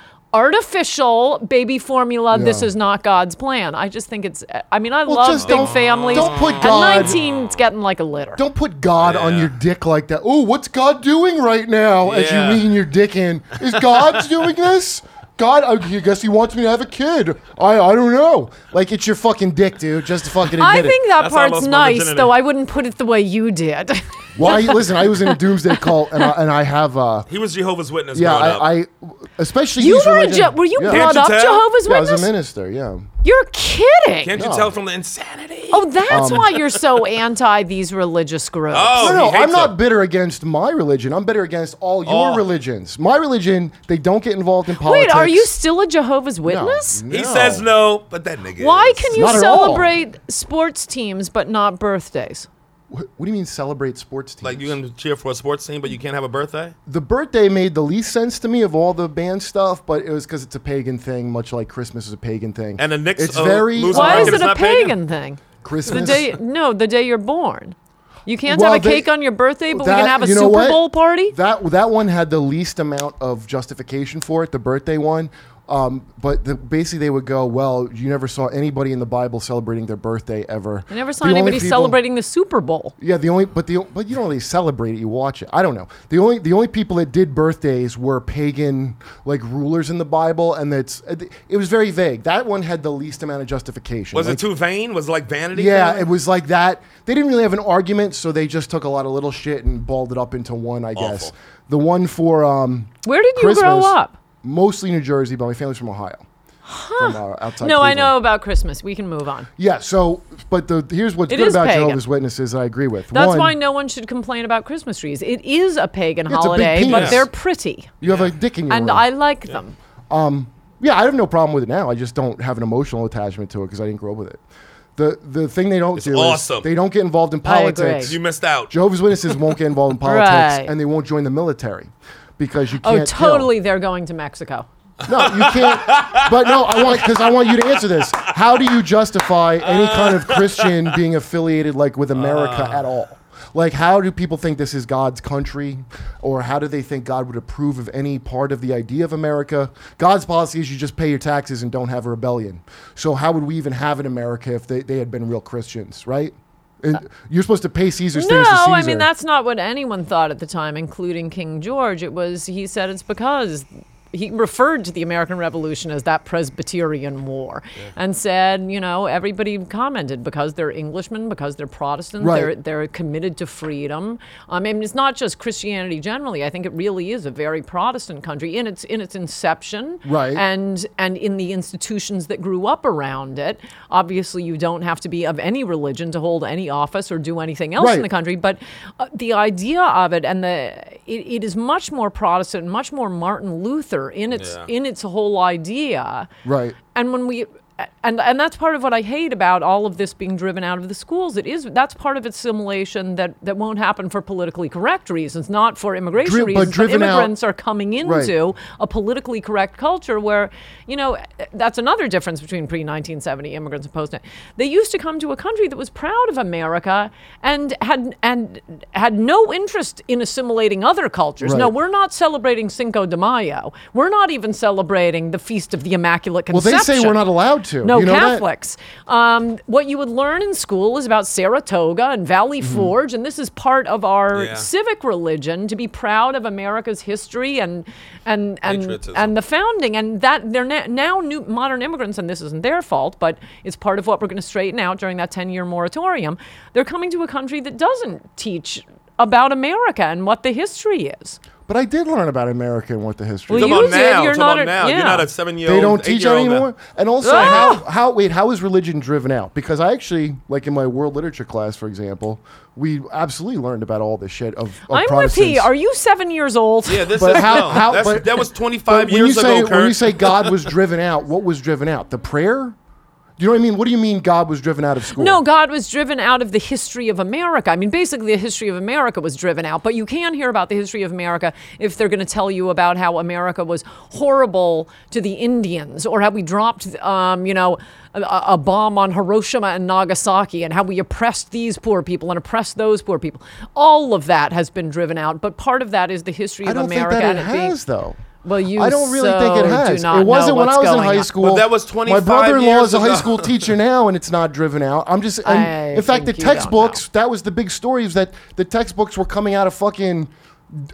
artificial baby formula. This
Yeah.
is not God's plan. I just think it's. I mean, I
Well,
love
just
big
don't-
families.
don't put
At
God-
19, it's getting like a litter.
Don't put God on your dick like that. Oh, what's God doing right now as you
Yeah.
lean your dick in? Is God doing this? God, I guess he wants me to have a kid. I, I don't know. Like it's your fucking dick, dude. Just to fucking admit
I
it.
think that
That's how I
part's
lost my
nice,
virginity.
though I wouldn't put it the way you did.
Well, I, listen, I was in a doomsday cult, and I, and I have. uh
he was Jehovah's Witness.
Yeah,
growing up.
I, I especially
you
these
were a
religion-
Je- were you
yeah.
brought
Can't you tell?
up Jehovah's
Yeah, I was
Witness?
a minister. Yeah.
You're kidding.
Can't you tell from the insanity?
oh,
Um,
that's why you're so anti these religious groups.
Oh,
no,
he
no,
hates
I'm not
them.
bitter against my religion. I'm bitter against all your
Oh.
religions. My religion, they don't get involved in
Wait,
politics.
are you still a Jehovah's
No,
Witness?
He says no, but that nigga.
Why
is.
can you
Not at all.
celebrate sports teams but not birthdays?
Wh- What, do you mean celebrate sports teams?
Like you can cheer for a sports team, but you can't have a birthday.
the birthday made the least sense to me of all the band stuff, but it was because it's a pagan thing, much like Christmas is a pagan thing.
And the Knicks
it's
are
very
losing
Why
Why
is
can
it
it's
a
not pagan?
pagan thing? The
Christmas.
day no, the day you're born. You can't
Well,
have a
they-
cake on your birthday, but we
That-
can have a
you know
Super
what?
Bowl party.
That that one had the least amount of justification for it, the birthday one. Um, but the, basically, they would go, "Well, you never saw anybody in the Bible celebrating their birthday ever.
I never saw
The only
anybody
people-
celebrating the Super Bowl.
Yeah, the only but the but you don't really celebrate it; you watch it. I don't know. The only the only people that did birthdays were pagan like rulers in the Bible, and that's it was very vague. That one had the least amount of justification.
Was
Like,
it too vain? Was it like vanity?
Yeah,
kinda?
it was like that. They didn't really have an argument, so they just took a lot of little shit and balled it up into one. I guess
Awful.
the one for um,
Where did you
Christmas,
grow up?
Mostly New Jersey, but my family's from Ohio. Huh. From, uh, outside
No, I
Cleveland.
know about Christmas. We can move on.
Yeah, so but the here's what's
It
good
is
about
pagan.
Jehovah's Witnesses. I agree with.
That's
One,
why no one should complain about Christmas trees. It is a pagan
Yeah, it's a big
holiday, but
penis.
they're pretty,
you have a dick in your
and
room.
I like them.
yeah, I have no problem with it now. I just don't have an emotional attachment to it because I didn't grow up with it. The the thing they don't do
awesome.
is they don't get involved in
I agree.
politics.
You missed out.
Jehovah's Witnesses won't get involved in politics,
Right.
and they won't join the military because you
Oh,
can't. kill.
totally. They're going to Mexico.
No, you can't. but no, I want because I want you to answer this. How do you justify any kind of Christian being affiliated like with America
Uh.
at all? Like, how do people think this is God's country, or how do they think God would approve of any part of the idea of America? God's policy is you just pay your taxes and don't have a rebellion. So how would we even have an America if they, they had been real Christians, right? And you're supposed to pay Caesar's
Uh, No,
things to Caesar.
I mean that's not what anyone thought at the time, including King George. It was he said it's because he referred to the American Revolution as that Presbyterian War, and said you know everybody commented because they're Englishmen, because they're Protestant,
Right.
they're they're committed to freedom. I mean it's not just Christianity generally. I think it really is a very Protestant country in its in its inception,
Right.
and and in the institutions that grew up around it. Obviously, you don't have to be of any religion to hold any office or do anything else in
Right.
the country. But uh, the idea of it and the it, it is much more Protestant, much more Martin Luther in its
Yeah.
in its whole idea.
Right.
And when we and and that's part of what I hate about all of this being driven out of the schools. It is that's part of its assimilation that that won't happen for politically correct reasons, not for immigration
Dri- but
reasons.
driven out-
immigrants are coming
Right.
into a politically correct culture where, you know, that's another difference between pre 1970 immigrants and post. They used to come to a country that was proud of America and had and had no interest in assimilating other cultures. No,
Right.
we're not celebrating Cinco de Mayo. We're not even celebrating the Feast of the Immaculate
Well,
Conception.
they say we're not allowed to.
No
You know that?
Catholics. Um, what you would learn in school is about Saratoga and Valley
Mm-hmm.
Forge, and this is part of our
Yeah.
civic religion to be proud of America's history and and and
Patriotism.
and the founding. And that they're na- now new modern immigrants, and this isn't their fault, but it's part of what we're going to straighten out during that ten-year moratorium. They're coming to a country that doesn't teach about America and what the history is.
but I did learn about America and what the history.
Well,
is.
you
Come on
did,
now.
you're
Come
not
on
a-
now.
yeah.
You're not a seven-year-old.
they don't teach that
eight-year-old now.
anymore. And also,
Ah!
how, how wait, how is religion driven out? Because I actually, like in my world literature class, for example, we absolutely learned about all this shit of, of
I'm with
Protestants.
P. Are you seven years old?
Yeah, this
But
is
how-
no.
how-
That's-
but-
that was
But
25
when
years
you say
ago,
when you
Kurt.
say God was driven out, what was driven out? The prayer? Do you know what I mean? What do you mean God was driven out of school?
No, God was driven out of the history of America. I mean, basically, the history of America was driven out. But you can hear about the history of America if they're going to tell you about how America was horrible to the Indians, or how we dropped, um, you know, a, a bomb on Hiroshima and Nagasaki, and how we oppressed these poor people and oppressed those poor people. All of that has been driven out. But part of that is the history
I
of
don't
America
think that it
and it being-
has though.
Well, you
I don't really think
so
it
do
has.
not
It wasn't
know
when
what's
I was in
going
high
on.
school.
But that was
My
25
brother-in-law
years
is a high
ago.
school teacher now, and it's not driven out. I'm just. and
I
in fact, the
think you don't
textbooks. That was the big story. Is that the textbooks were coming out of fucking,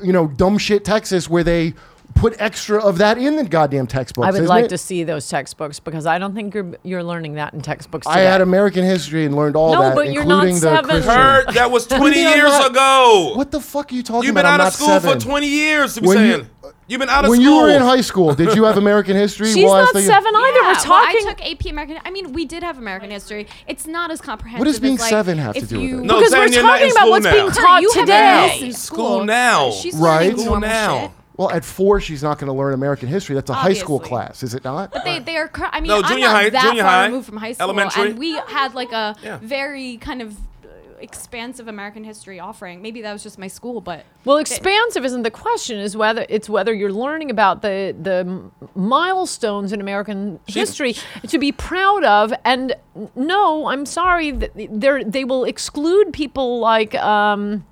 you know, dumb shit Texas, where they put extra of that in the goddamn textbooks.
I would
isn't
like
it?
to see those textbooks because I don't think you're you're learning that in textbooks. Today.
I had American history and learned all
No,
that,
but you're not
including the
seven.
Christian.
Kurt, that was 20
Yeah, I'm
years
not-
ago.
What the fuck are you talking
You've
about?
been
I'm
out of
not
school
seven.
for 20 years. I'm
When you-
saying you've been out of
When
school.
you were in high school, did you have American history?
She's
while I was
not
thinking-
seven either. We're
well, I
talking.
took AP American. I mean, we did have American history. It's not as comprehensive.
What does being
as, like,
seven have to
if
do with
you-
it?
No,
because
Zane,
we're
you're not
talking
in
about
school
what's
now.
being
Kurt,
taught
you have
today.
MS in
School now.
She's
Right.
learning
School
normal
now.
shit.
Well, at four, she's not going to learn American history. That's a high school
Obviously.
class, is it not?
They, they are. Cr- I mean,
No,
I'm
junior
not
high-
that
junior
far
high,
removed from high school,
elementary.
and we had like a
Yeah.
very kind of uh, expansive American history offering. Maybe that was just my school, but
Well, expansive isn't the question. Is whether it's whether you're learning about the the m- milestones in American history to be proud of. And n- no, I'm sorry, th- they they will exclude people like um,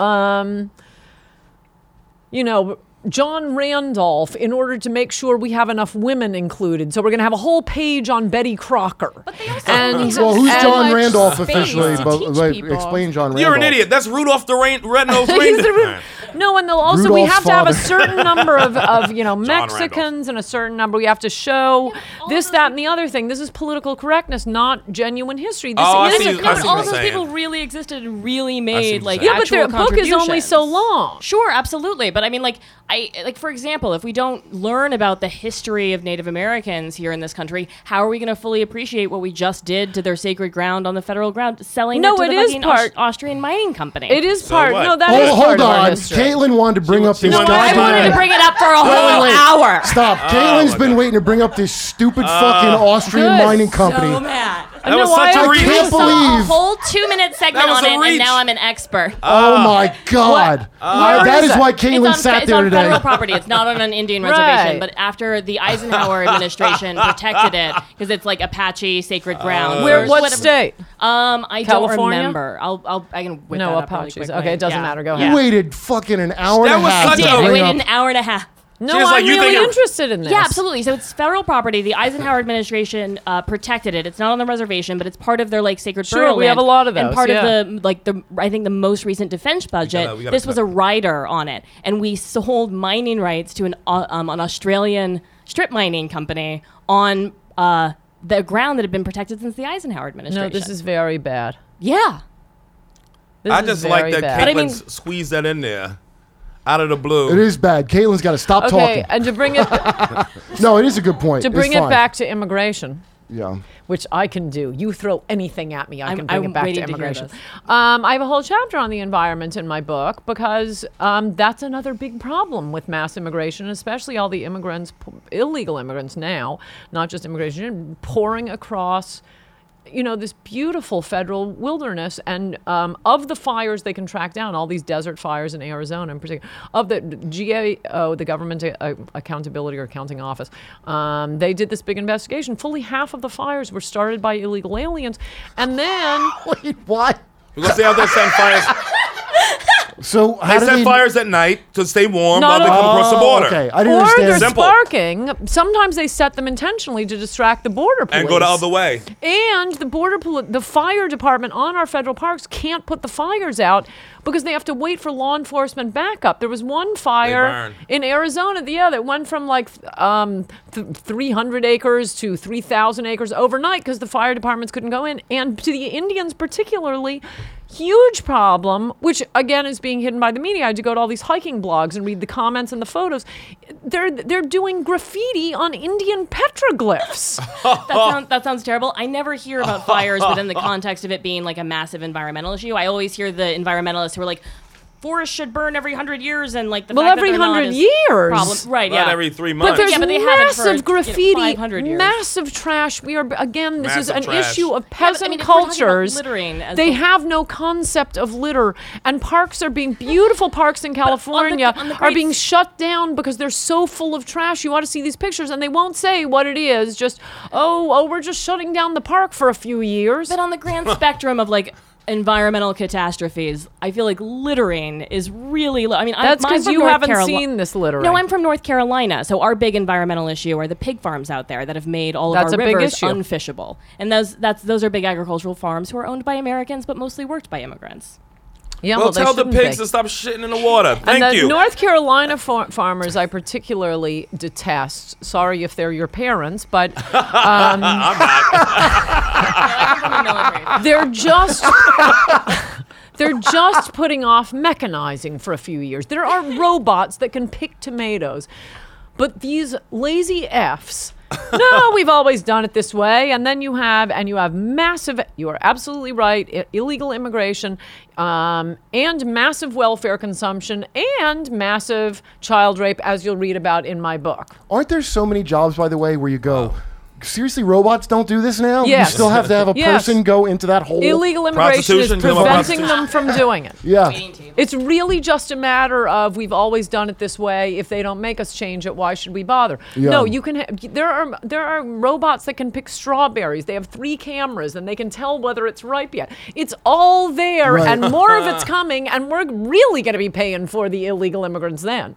um, you know. John Randolph, in order to make sure we have enough women included, so we're going to have a whole page on Betty Crocker. But
they also
and
only have
Well, who's
so
John
much
Randolph
space
officially?
to
But,
teach
like,
people.
explain John Randolph.
You're an idiot. That's Rudolph the Rain, Red-Nosed
He's the
Reindeer.
Ru- no, and they'll also we
Rudolph's
have to have a
father.
certain number of, of you know
Randolph.
Mexicans and a certain number. We have to show
all
this,
those
that, and the other thing. This is political correctness, not genuine history. This
Oh, I
is
see- I
a
no, but
see
government-
what
all
you're
those
saying.
people really existed and really
what
made
you're
like
saying.
yeah, but
actual
their book is only so
contributions.
long.
Sure, absolutely. But I mean, like, I like for example, if we don't learn about the history of Native Americans here in this country, how are we going to fully appreciate what we just did to their sacred ground on the federal ground, selling
No,
it to
it
the
is
fucking
part-
Aus- Austrian mining company?
It is
So
part.
what?
No, that is
Oh,
part
hold
of our
on.
history.
Caitlin wanted to bring up this
No, I
I wanted
goddamn.
to bring it up for a whole
wait.
hour.
Stop. Caitlin's been waiting to bring up this stupid fucking Austrian
good.
mining company.
So mad.
That was
No,
such
I-
a
I
I
reach.
can't
A
believe.
whole two-minute segment
That was
on
a
it, and
reach.
now I'm an expert.
Oh my God. Why-
Where
that
is
is
it?
why
It's
Caitlin
on,
sat
it's
there
on
today.
federal property. It's not on an Indian
Right.
reservation. But after the Eisenhower administration protected it because it's like Apache sacred ground.
Where?
Uh,
or
What
whatever.
state?
Um, I don't
California?
remember. I'll, I'll, I can whip
No,
that up really
Apaches.
quickly.
Okay, it doesn't
Yeah.
matter. Go
Yeah.
ahead.
You waited fucking an hour
That
and a
was
half.
such
to
a-
Did. I
bring
waited
up-
an hour and a half.
No,
She's like,
I'm
you think
really
it-
interested in this.
Yeah, absolutely. So it's federal property. The Eisenhower administration uh, protected it. It's not on the reservation, but it's part of their like sacred
Sure,
burial
we have
land.
a lot of
And
those,
part
yeah.
of the like the I think the most recent defense budget.
we gotta
this was
cut.
a rider on it, and we sold mining rights to an au- um, an Australian strip mining company on uh, the ground that had been protected since the Eisenhower
No,
administration.
this is very bad.
yeah.
This
I
is
just like
very
that
bad.
But I
Caitlin
mean-
s- squeezed that in there out of the blue.
It is bad. Caitlin's got to stop
Okay,
talking.
and to bring it
No, it is a good point.
to
It's
bring it
fine.
back to immigration.
Yeah.
which I can do. You throw anything at me, I
I'm-
can bring
I'm
it back to
waiting to hear
immigration.
this.
um, I have a whole chapter on the environment in my book because um, that's another big problem with mass immigration, especially all the immigrants, p- illegal immigrants now, not just immigration, pouring across. You know, this beautiful federal wilderness, and um, of the fires they can track down, all these desert fires in Arizona in particular, of the GAO, the Government uh, Accountability or Accounting Office, um, they did this big investigation. Fully half of the fires were started by illegal aliens. And then
Wait, what?
We're going to see how they send fires.
So how
They
do
set
they
fires at night to stay warm while
Not
they
at
come
all.
across the border.
Okay, I didn't
or they're
understand.
Simple.
sparking. Sometimes they set them intentionally to distract the border police.
And go the other way.
And the border poli- the fire department on our federal parks can't put the fires out because they have to wait for law enforcement backup. There was one fire
burn.
in Arizona the other. It went from like th- um, th- 300 acres to 3,000 acres overnight because the fire departments couldn't go in. And to the Indians, particularly, huge problem, which again is being hidden by the media. I had to go to all these hiking blogs and read the comments and the photos. They're, they're doing graffiti on Indian petroglyphs.
That,
Oh.
sound, that sounds terrible. I never hear about fires within the context of it being like a massive environmental issue. I always hear the environmentalists who are like, forests should burn every hundred years, and like the
Well,
fact that
every
they're not
100
is
years.
problem. right?
Not
yeah,
every three
But
months.
there's
Yeah, but they haven't for, you
massive
know,
graffiti,
500 years.
massive trash. We are again. This is
Massive
an
trash.
issue of peasant
mean, if we're talking about
cultures.
littering as
they
the-
have no concept of litter, and parks are being beautiful parks in California
on the
are
great
being
s-
shut down because they're so full of trash. You ought to see these pictures, and they won't say what it is. Just oh, oh, we're just shutting down the park for a few years.
But on the grand spectrum of like environmental catastrophes, I feel like littering is really. Low. I mean,
That's
I,
'cause
because
you haven't seen this littering.
No, I'm from North Carolina, so our big environmental issue are the pig farms out there that have made all
That's
of
a
our
big
rivers
issue.
unfishable, and those that's those are big agricultural farms who are owned by Americans but mostly worked by immigrants.
yeah,
well,
they
tell the
shouldn't
pigs
be.
to stop shitting in the water. Thank
and the
you.
North Carolina far- farmers, I particularly detest. Sorry if they're your parents, but um, they're just they're just putting off mechanizing for a few years. There are robots that can pick tomatoes, but these lazy f's. no, we've always done it this way, and then you have and you have massive. You are absolutely right. i- Illegal immigration, um, and massive welfare consumption, and massive child rape, as you'll read about in my book.
Aren't there so many jobs, by the way, where you go? seriously, robots don't do this now.
Yes.
You still have to have a
Yes.
person go into that hole.
Illegal immigration is
Prostitution, come on,
preventing them from doing it.
yeah.
It's really just a matter of we've always done it this way. If they don't make us change it, why should we bother?
Yeah.
No, you can. Ha- there are there are robots that can pick strawberries. They have three cameras and they can tell whether it's ripe yet. It's all there,
Right.
and more of it's coming. And we're really going to be paying for the illegal immigrants then.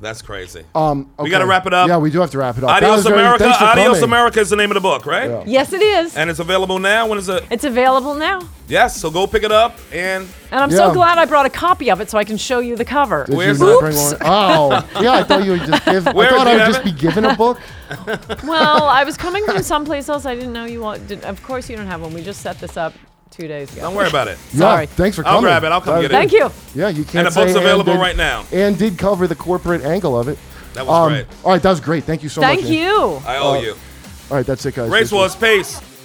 That's crazy.
Um,
We gotta
okay.
wrap it up.
Yeah, we do have to wrap it up. That was
Adios
very-
America.
thanks for
Adios
coming.
America is the name of the book, right?
Yes, it is.
And it's available now. When is it?
it's available now,
Yes. So go pick it up. And
and I'm
Yeah.
so glad I brought a copy of it so I can show you the cover.
Did you
Where's
not
the-
bring one? Oh, yeah. I thought you would just give.
Where
I thought
do
I
you
would
have
just
it?
be given a book.
well, I was coming from someplace else. I didn't know you all. Did, of course, you don't have one. We just set this up two days ago.
don't worry about it.
Sorry.
Yeah, thanks for
I'll
coming.
grab it. I'll come
That-
get it.
Thank you.
Yeah, you can't.
And the
say
book's available
did-
right now.
And did cover the corporate angle of it. Um,
That was great.
All right, that was great. Thank you so much.
Thank
Ian.
you.
I owe
Uh,
you.
All right, that's it, guys. Thank
Race
you.
Wars, peace.